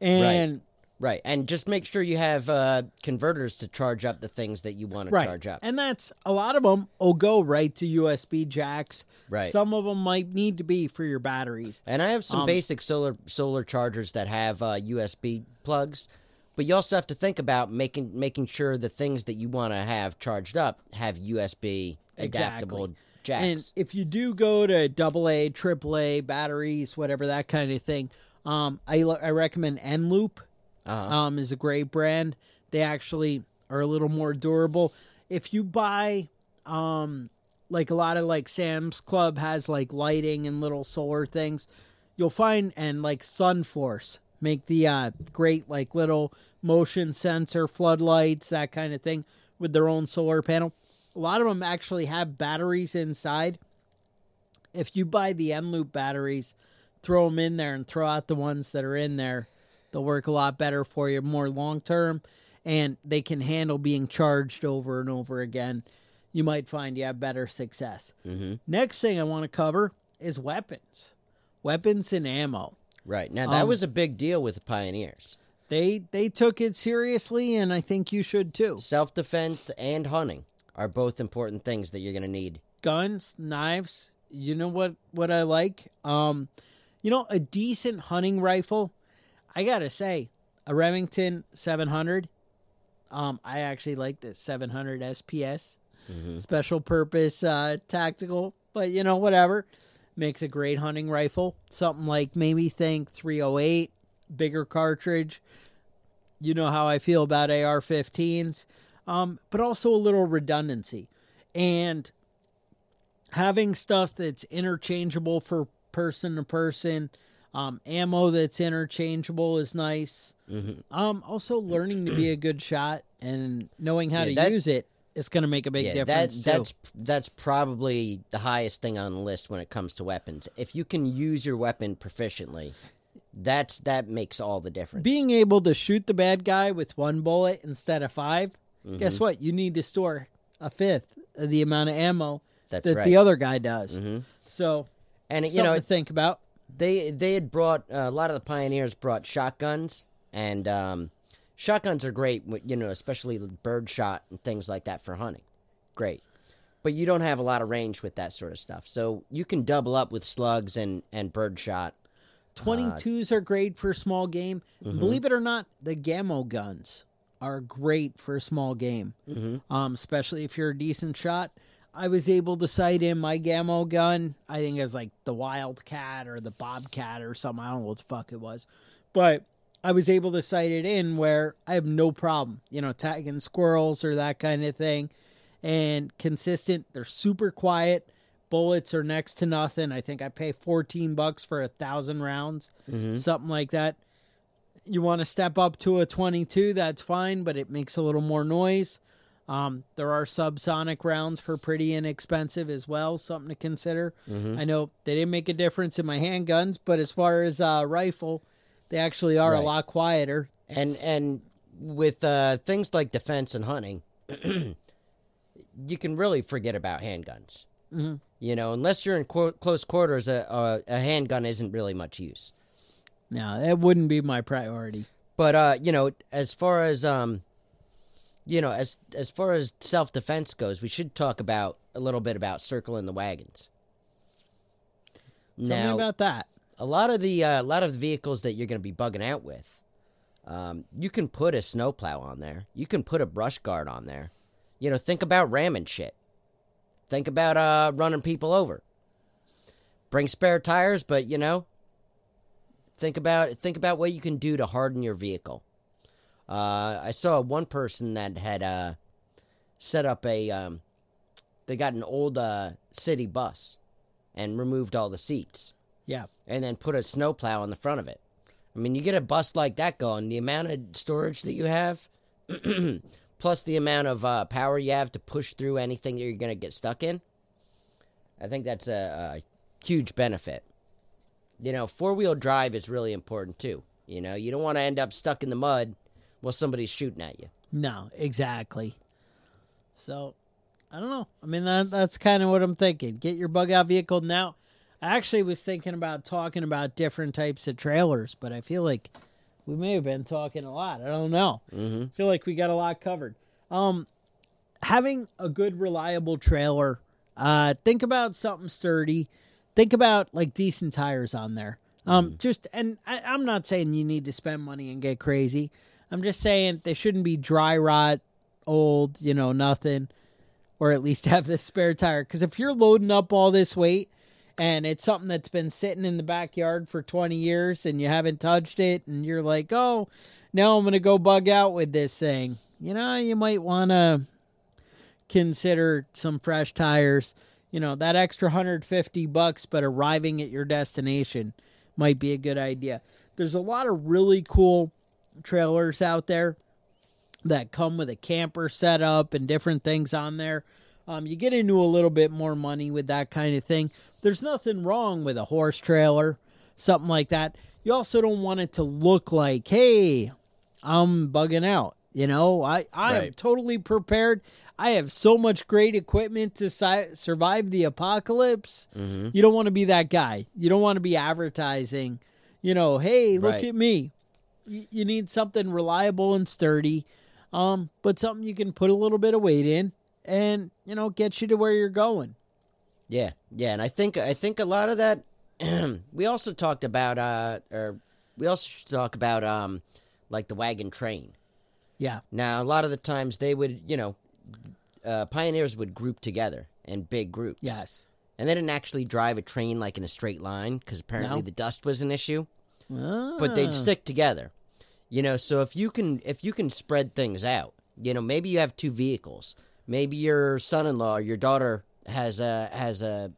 Speaker 2: and
Speaker 3: Right, and just make sure you have uh, converters to charge up the things that you want to
Speaker 2: right.
Speaker 3: charge up.
Speaker 2: And that's a lot of them will go right to USB jacks.
Speaker 3: Right.
Speaker 2: Some of them might need to be for your batteries.
Speaker 3: And I have some
Speaker 2: Um,
Speaker 3: basic solar solar chargers that have uh, USB plugs, but you also have to think about making making sure the things that you want to have charged up have USB adaptable
Speaker 2: Exactly.
Speaker 3: jacks.
Speaker 2: And if you do go to double A, triple A batteries, whatever that kind of thing, um, I lo- I recommend Nloop.
Speaker 3: Uh-huh.
Speaker 2: Um, is a great brand. They actually are a little more durable. If you buy, um, like a lot of like Sam's Club has like lighting and little solar things, you'll find and like Sunforce make the uh, great like little motion sensor floodlights that kind of thing with their own solar panel. A lot of them actually have batteries inside. If you buy the M loop batteries, throw them in there and throw out the ones that are in there. They'll work a lot better for you, more long term, and they can handle being charged over and over again. You might find you have better success. Next thing I want to cover is weapons, weapons and ammo.
Speaker 3: right now, that
Speaker 2: um,
Speaker 3: was a big deal with the pioneers:
Speaker 2: They they took it seriously, and I think you should too.
Speaker 3: self defense and hunting are both important things that you're going to need.
Speaker 2: guns, knives. You know what what I like? Um, you know, a decent hunting rifle. I gotta say, a Remington 700. Um, I actually like the 700 SPS, special purpose uh, tactical. But you know, whatever makes a great hunting rifle. Something like maybe think 308, bigger cartridge. You know how I feel about AR-15s, um, but also a little redundancy. And having stuff that's interchangeable for person to person um, ammo that's interchangeable is nice
Speaker 3: Mm-hmm.
Speaker 2: um, also learning to be a good shot and knowing how
Speaker 3: Yeah,
Speaker 2: to
Speaker 3: that-
Speaker 2: use it is going to make a big
Speaker 3: Yeah, that,
Speaker 2: difference too.
Speaker 3: that's that's probably the highest thing on the list when it comes to weapons. If you can use your weapon proficiently, that's that makes all the difference.
Speaker 2: being able to shoot the bad guy with one bullet instead of 5
Speaker 3: Mm-hmm.
Speaker 2: guess what you need to store a fifth of the amount of ammo
Speaker 3: That's
Speaker 2: that
Speaker 3: right. Mm-hmm.
Speaker 2: the other guy does so
Speaker 3: and you
Speaker 2: something
Speaker 3: know,
Speaker 2: to think about
Speaker 3: they they had brought uh, a lot of the pioneers brought shotguns, and um, shotguns are great. with- You know, especially bird shot and things like that for hunting. Great, but you don't have a lot of range with that sort of stuff. So you can double up with slugs and and bird shot.
Speaker 2: 22s are great for small game. Believe it or not, the Gammo guns are great for small game, um, especially if you're a decent shot. I was able to sight in my gammo gun. I think it was like the Wildcat or the Bobcat or something. I don't know what the fuck it was. But I was able to sight it in where I have no problem, you know, tagging squirrels or that kind of thing. And consistent, they're super quiet. Bullets are next to nothing. I think I pay 14 bucks for a thousand rounds,
Speaker 3: Mm-hmm.
Speaker 2: something like that. You want to step up to a 22, that's fine, but it makes a little more noise. Um, there are subsonic rounds for pretty inexpensive as well, something to consider.
Speaker 3: Mm-hmm.
Speaker 2: I know they didn't make a difference in my handguns, but as far as uh, rifle, they actually are a
Speaker 3: Right.
Speaker 2: lot quieter.
Speaker 3: and and with uh, things like defense and hunting, you can really forget about handguns. You know, unless you're in qu- close quarters, a, a, a handgun isn't really much use.
Speaker 2: No, that wouldn't be my priority.
Speaker 3: But uh, you know, as far as um, you know, as as far as self defense goes, we should talk about a little bit about circling the wagons.
Speaker 2: Tell me
Speaker 3: Now-
Speaker 2: about that.
Speaker 3: a lot of the uh, a lot of the vehicles that you're going to be bugging out with, um, you can put a snowplow on there. You can put a brush guard on there. You know, think about ramming shit. Think about uh, running people over. Bring spare tires, but you know, think about think about what you can do to harden your vehicle. Uh, I saw one person that had uh, set up a. Um, they got an old uh, city bus and removed all the seats
Speaker 2: Yeah.
Speaker 3: and then put a snowplow on the front of it. I mean, you get a bus like that going, the amount of storage that you have, plus the amount of uh, power you have to push through anything that you're going to get stuck in, I think that's a, a huge benefit. You know, four wheel drive is really important too. You know, you don't want to end up stuck in the mud while somebody's shooting at you.
Speaker 2: No, exactly. So, I don't know. I mean, that, that's kind of what I'm thinking. Get your bug out vehicle now. I actually was thinking about talking about different types of trailers, but I feel like we may have been talking a lot. I don't know. Mm-hmm. feel like we got a lot covered. Um, having a good, reliable trailer. Uh, think about something sturdy. Think about like decent tires on there. Um, just and I, I'm not saying you need to spend money and get crazy. I'm just saying they shouldn't be dry rot, old, you know, nothing, or at least have the spare tire. Because if you're loading up all this weight and it's something that's been sitting in the backyard for 20 years and you haven't touched it, and you're like, oh, now I'm gonna go bug out with this thing. You know, you might want to consider some fresh tires. You know, that extra 150 bucks, but arriving at your destination might be a good idea. There's a lot of really cool trailers out there that come with a camper setup and different things on there. Um, you get into a little bit more money with that kind of thing. There's nothing wrong with a horse trailer, something like that. You also don't want it to look like, hey, I'm bugging out. You know, I, I am
Speaker 3: Right.
Speaker 2: totally prepared. I have so much great equipment to si- survive the apocalypse. You don't want to be that guy. You don't want to be advertising, you know, hey, look
Speaker 3: Right.
Speaker 2: at me. Y- You need something reliable and sturdy, um, but something you can put a little bit of weight in and, you know, get you to where you're going.
Speaker 3: Yeah, yeah, and I think I think a lot of that. we also talked about, uh, or we also should talk about, um, like the wagon train.
Speaker 2: Yeah.
Speaker 3: Now, a lot of the times they would, you know, uh, pioneers would group together in big groups.
Speaker 2: Yes.
Speaker 3: And they didn't actually drive a train like in a straight line because apparently
Speaker 2: No.
Speaker 3: the dust was an issue.
Speaker 2: ah,
Speaker 3: But they'd stick together. You know, so if you can if you can spread things out, you know, maybe you have two vehicles. Maybe your son-in-law or your daughter has a has a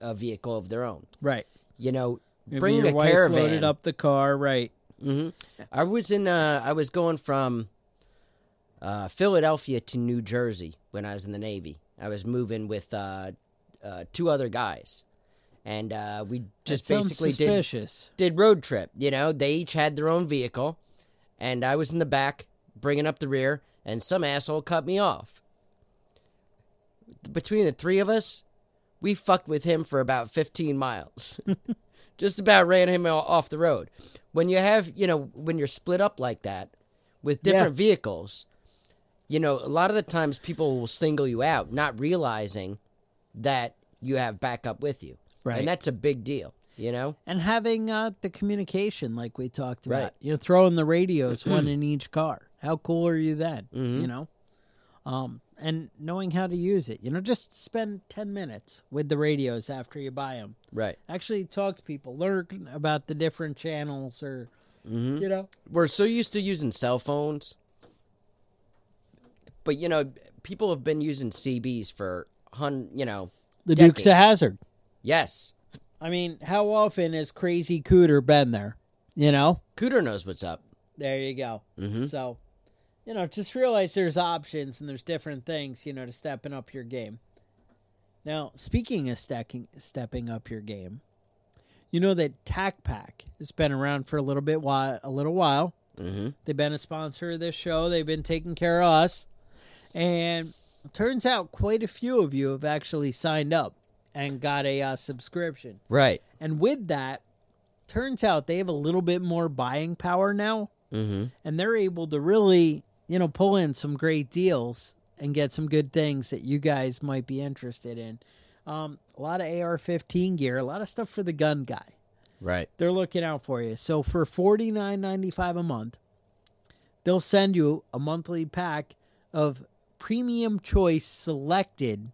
Speaker 3: a vehicle of their own.
Speaker 2: Right.
Speaker 3: You know,
Speaker 2: Maybe
Speaker 3: bring
Speaker 2: your
Speaker 3: a
Speaker 2: wife
Speaker 3: caravan.
Speaker 2: loaded up the car. Right.
Speaker 3: hmm I was in. Uh, I was going from uh, Philadelphia to New Jersey when I was in the Navy. I was moving with uh, uh, two other guys, and uh, we just
Speaker 2: That sounds
Speaker 3: basically did
Speaker 2: suspicious.
Speaker 3: did road trip. You know, they each had their own vehicle, and I was in the back bringing up the rear, and some asshole cut me off. Between the three of us, we fucked with him for about 15 miles. Just about ran him o- off the road. When you have, you know, when you're split up like that with
Speaker 2: Yeah.
Speaker 3: different vehicles, you know, a lot of the times people will single you out, not realizing that you have backup with you.
Speaker 2: Right.
Speaker 3: And that's a big deal, you know?
Speaker 2: and having uh, the communication like we talked about.
Speaker 3: Right.
Speaker 2: You Mm-hmm. know, throwing the radios one in each car. How cool are you then? You know, um, and knowing how to use it. You know, just spend 10 minutes with the radios after you buy them.
Speaker 3: Right.
Speaker 2: Actually talk to people, learn about the different channels or, you know.
Speaker 3: We're so used to using cell phones. But you know, people have been using CBs for hun, you know,
Speaker 2: The
Speaker 3: decades.
Speaker 2: Dukes of Hazard.
Speaker 3: Yes.
Speaker 2: I mean, how often has Crazy Cooter been there? You know?
Speaker 3: Cooter knows what's up.
Speaker 2: There you go. So, you know, just realize there's options and there's different things, you know, to stepping up your game. Now, speaking of stacking, stepping up your game, you know that Tac Pack has been around for a little bit while, a little while. Mm-hmm. They've been a sponsor of this show. They've been taking care of us, and it turns out quite a few of you have actually signed up and got a uh, subscription.
Speaker 3: Right.
Speaker 2: And with that, turns out they have a little bit more buying power now. Mm-hmm. And they're able to really, you know, pull in some great deals and get some good things that you guys might be interested in. Um, a lot of AR 15 gear, a lot of stuff for the gun guy.
Speaker 3: Right.
Speaker 2: They're looking out for you. So for forty nine ninety five a month, they'll send you a monthly pack of premium choice selected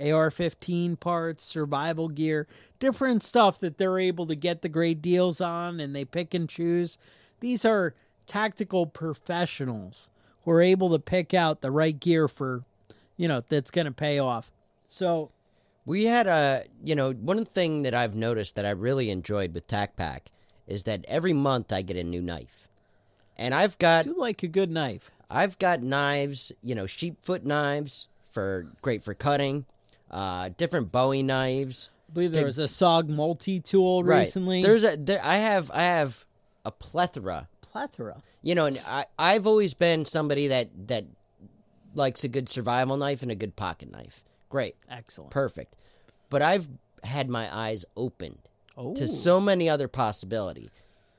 Speaker 2: AR 15 parts, survival gear, different stuff that they're able to get the great deals on and they pick and choose. These are tactical professionals who are able to pick out the right gear for, you know, that's going to pay off. So,
Speaker 3: We had a, you know, one thing that I've noticed that I really enjoyed with Tac Pack is that every month I get a new knife. And I've got
Speaker 2: I do like a good knife.
Speaker 3: I've got knives, you know, sheepfoot knives for great for cutting, uh, different Bowie knives.
Speaker 2: I believe there was a SOG multi tool recently.
Speaker 3: There's a there, I have I have a plethora.
Speaker 2: plethora.
Speaker 3: You know, and I I've always been somebody that that likes a good survival knife and a good pocket knife. Great.
Speaker 2: Excellent.
Speaker 3: Perfect. But I've had my eyes opened
Speaker 2: Oh,
Speaker 3: to so many other possibility.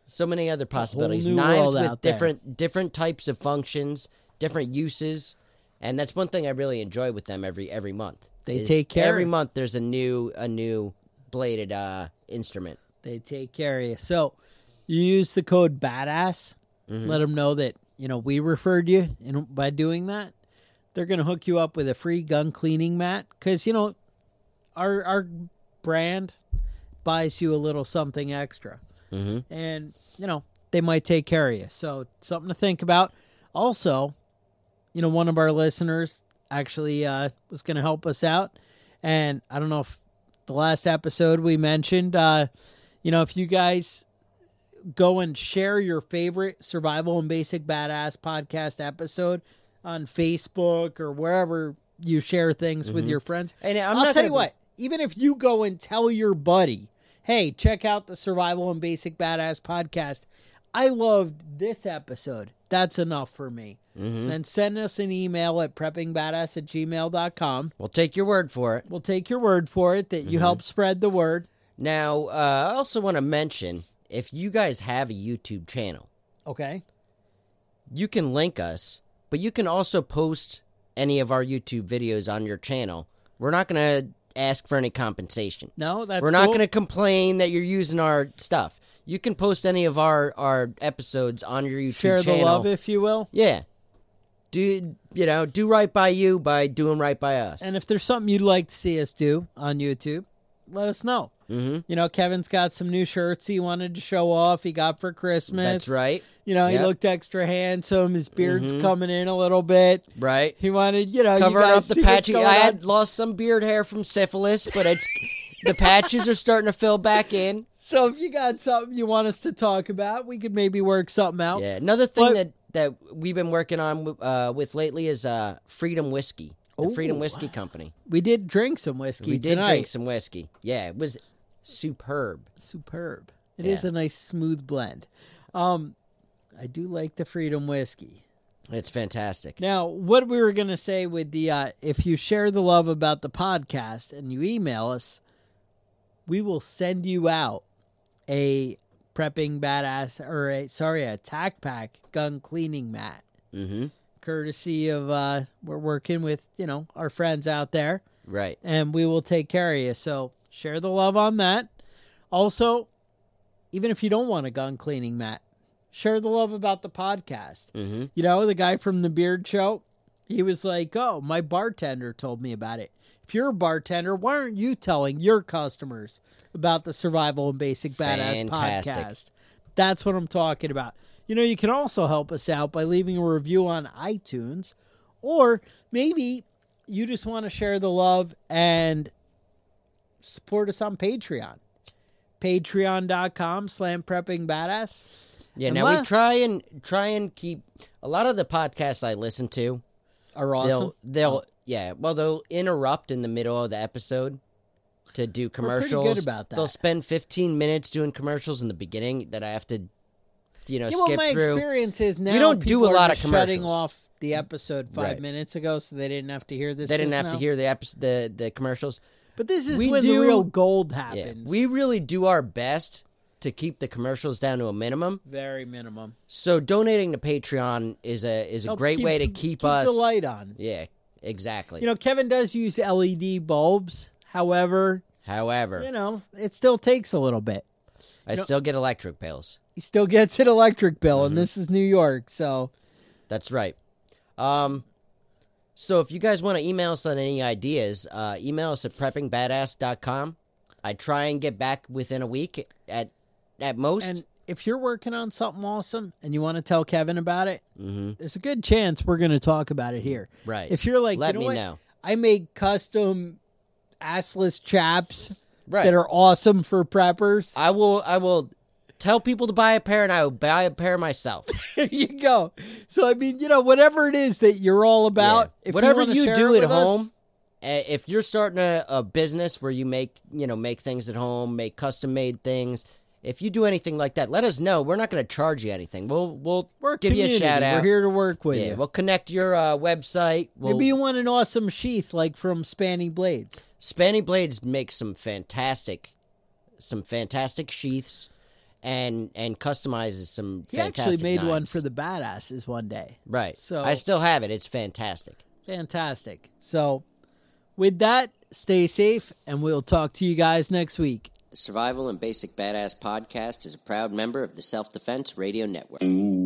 Speaker 3: So many other possibilities.
Speaker 2: new
Speaker 3: Knives
Speaker 2: world
Speaker 3: with
Speaker 2: out there.
Speaker 3: different different types of functions, different uses. And that's one thing I really enjoy with them every every month.
Speaker 2: They
Speaker 3: is
Speaker 2: take care.
Speaker 3: Every month there's a new a new bladed uh instrument.
Speaker 2: they take care of you. So you use the code badass.
Speaker 3: Mm-hmm.
Speaker 2: Let them know that you know we referred you, and by doing that, they're going to hook you up with a free gun cleaning mat because you know our our brand buys you a little something extra, mm-hmm. and you know they might take care of you. So something to think about. Also, you know, one of our listeners actually uh, was going to help us out, and I don't know if the last episode we mentioned, uh, you know, if you guys go and share your favorite survival and basic badass podcast episode on Facebook or wherever you share things with your friends,
Speaker 3: Mm-hmm. And I'm
Speaker 2: I'll
Speaker 3: not
Speaker 2: tell
Speaker 3: gonna
Speaker 2: you
Speaker 3: be-
Speaker 2: what, even if you go and tell your buddy, hey, check out the Survival and Basic Badass podcast. I loved this episode. That's enough for me.
Speaker 3: Mm-hmm.
Speaker 2: Then send us an email at preppingbadass at gmail.com.
Speaker 3: We'll take your word for it.
Speaker 2: We'll take your word for it that
Speaker 3: Mm-hmm.
Speaker 2: you help spread the word.
Speaker 3: Now, uh, I also want to mention if you guys have a YouTube channel,
Speaker 2: Okay.
Speaker 3: you can link us, but you can also post any of our YouTube videos on your channel. We're not going to ask for any compensation.
Speaker 2: No, that's
Speaker 3: We're not
Speaker 2: cool.
Speaker 3: going to complain that you're using our stuff. You can post any of our, our episodes on your YouTube
Speaker 2: share
Speaker 3: channel.
Speaker 2: the love, if you will.
Speaker 3: Yeah. Do you know? Do right by you by doing right by us.
Speaker 2: And if there's something you'd like to see us do on YouTube, let us know. Mm-hmm. You know, Kevin's got some new shirts he wanted to show off. He got for Christmas.
Speaker 3: That's right.
Speaker 2: You know,
Speaker 3: Yep.
Speaker 2: he looked extra handsome. His beard's coming in a little bit.
Speaker 3: Right.
Speaker 2: He wanted, you know,
Speaker 3: covering
Speaker 2: you guys
Speaker 3: up the
Speaker 2: see what's
Speaker 3: patchy.
Speaker 2: going
Speaker 3: I had
Speaker 2: on.
Speaker 3: lost some beard hair from syphilis, but it's the patches are starting to fill back in.
Speaker 2: So if you got something you want us to talk about, we could maybe work something out.
Speaker 3: Yeah, another thing
Speaker 2: But-
Speaker 3: that that we've been working on uh, with lately is uh, Freedom Whiskey, the Freedom
Speaker 2: Ooh.
Speaker 3: Whiskey Company.
Speaker 2: We did drink some whiskey
Speaker 3: We did
Speaker 2: tonight.
Speaker 3: drink some whiskey. Yeah, it was superb.
Speaker 2: Superb. It is
Speaker 3: Yeah.
Speaker 2: a nice smooth blend. Um, I do like the Freedom whiskey.
Speaker 3: It's fantastic.
Speaker 2: Now, what we were going to say with the uh, if you share the love about the podcast and you email us, we will send you out a prepping badass or a sorry, a tac pack gun cleaning mat,
Speaker 3: Mm-hmm.
Speaker 2: courtesy of uh, we're working with you know our friends out there,
Speaker 3: Right.
Speaker 2: and we will take care of you. So share the love on that. Also, even if you don't want a gun cleaning mat, share the love about the podcast.
Speaker 3: Mm-hmm.
Speaker 2: You know, the guy from the Beard Show, He was like, "Oh, my bartender told me about it." If you're a bartender, why aren't you telling your customers about the Survival and Basic Badass
Speaker 3: Fantastic.
Speaker 2: podcast? That's what I'm talking about. You know, you can also help us out by leaving a review on iTunes, or maybe you just want to share the love and support us on Patreon. Patreon.com slam prepping badass.
Speaker 3: Yeah, now we
Speaker 2: Unless-
Speaker 3: try and try and keep a lot of the podcasts I listen to.
Speaker 2: Are awesome.
Speaker 3: They'll they'll yeah, well they'll interrupt in the middle of the episode to do
Speaker 2: pretty good
Speaker 3: commercials.
Speaker 2: about that.
Speaker 3: They'll spend 15 minutes doing commercials in the beginning that I have to you know
Speaker 2: Yeah, well,
Speaker 3: uh, skip
Speaker 2: my
Speaker 3: through.
Speaker 2: experience is now
Speaker 3: We don't do
Speaker 2: people
Speaker 3: a
Speaker 2: are
Speaker 3: lot of
Speaker 2: just shutting
Speaker 3: commercials.
Speaker 2: off the episode five
Speaker 3: Right.
Speaker 2: minutes ago, so they didn't have to hear this.
Speaker 3: they didn't
Speaker 2: just
Speaker 3: have
Speaker 2: now.
Speaker 3: to hear the episode, the the commercials.
Speaker 2: But this is
Speaker 3: We
Speaker 2: when the
Speaker 3: do-
Speaker 2: real gold
Speaker 3: Yeah.
Speaker 2: happens.
Speaker 3: We really do our best to keep the commercials down to a minimum.
Speaker 2: very minimum.
Speaker 3: So donating to Patreon is a is a
Speaker 2: Helps
Speaker 3: great
Speaker 2: keep
Speaker 3: way to
Speaker 2: some-
Speaker 3: keep, us
Speaker 2: the light on.
Speaker 3: Yeah, exactly.
Speaker 2: You know, Kevin does use LED bulbs. However,
Speaker 3: However,
Speaker 2: you know, it still takes a little bit.
Speaker 3: I still get electric bills.
Speaker 2: He still gets an electric bill,
Speaker 3: Mm-hmm.
Speaker 2: and this is New York, so
Speaker 3: That's right. Um, so if you guys want to email us on any ideas, uh, email us at preppingbadass.com. I try and get back within a week at at most.
Speaker 2: And if you're working on something awesome and you want to tell Kevin about it,
Speaker 3: Mm-hmm.
Speaker 2: there's a good chance we're going to talk about it here.
Speaker 3: Right.
Speaker 2: If you're like, you
Speaker 3: Let
Speaker 2: know
Speaker 3: me
Speaker 2: what?
Speaker 3: know.
Speaker 2: I make custom assless chaps
Speaker 3: Right.
Speaker 2: that are awesome for preppers.
Speaker 3: I will I will tell people to buy a pair and I will buy a pair myself.
Speaker 2: there you go. So I mean, you know, whatever it is that you're all about,
Speaker 3: Yeah.
Speaker 2: if
Speaker 3: whatever
Speaker 2: you, wanna
Speaker 3: you,
Speaker 2: share
Speaker 3: do
Speaker 2: it
Speaker 3: at
Speaker 2: with us-
Speaker 3: home, uh, if you're starting a, a business where you make you know make things at home, make custom made things, if you do anything like that, let us know. We're not going to charge you anything. We'll we'll
Speaker 2: we're a
Speaker 3: give you a
Speaker 2: community.
Speaker 3: shout out.
Speaker 2: We're here to work with
Speaker 3: yeah,
Speaker 2: you.
Speaker 3: we'll connect your uh, website. We'll,
Speaker 2: Maybe you want an awesome sheath like from Spanny Blades.
Speaker 3: Spanny Blades makes some fantastic, some fantastic sheaths, and and customizes some.
Speaker 2: He
Speaker 3: fantastic
Speaker 2: actually made one
Speaker 3: knives.
Speaker 2: for the badasses one day.
Speaker 3: right.
Speaker 2: so-
Speaker 3: So I still have it. It's fantastic.
Speaker 2: Fantastic. So, with that, stay safe, and we'll talk to you guys next week.
Speaker 3: The Survival and Basic Badass podcast is a proud member of the Self Defense Radio Network.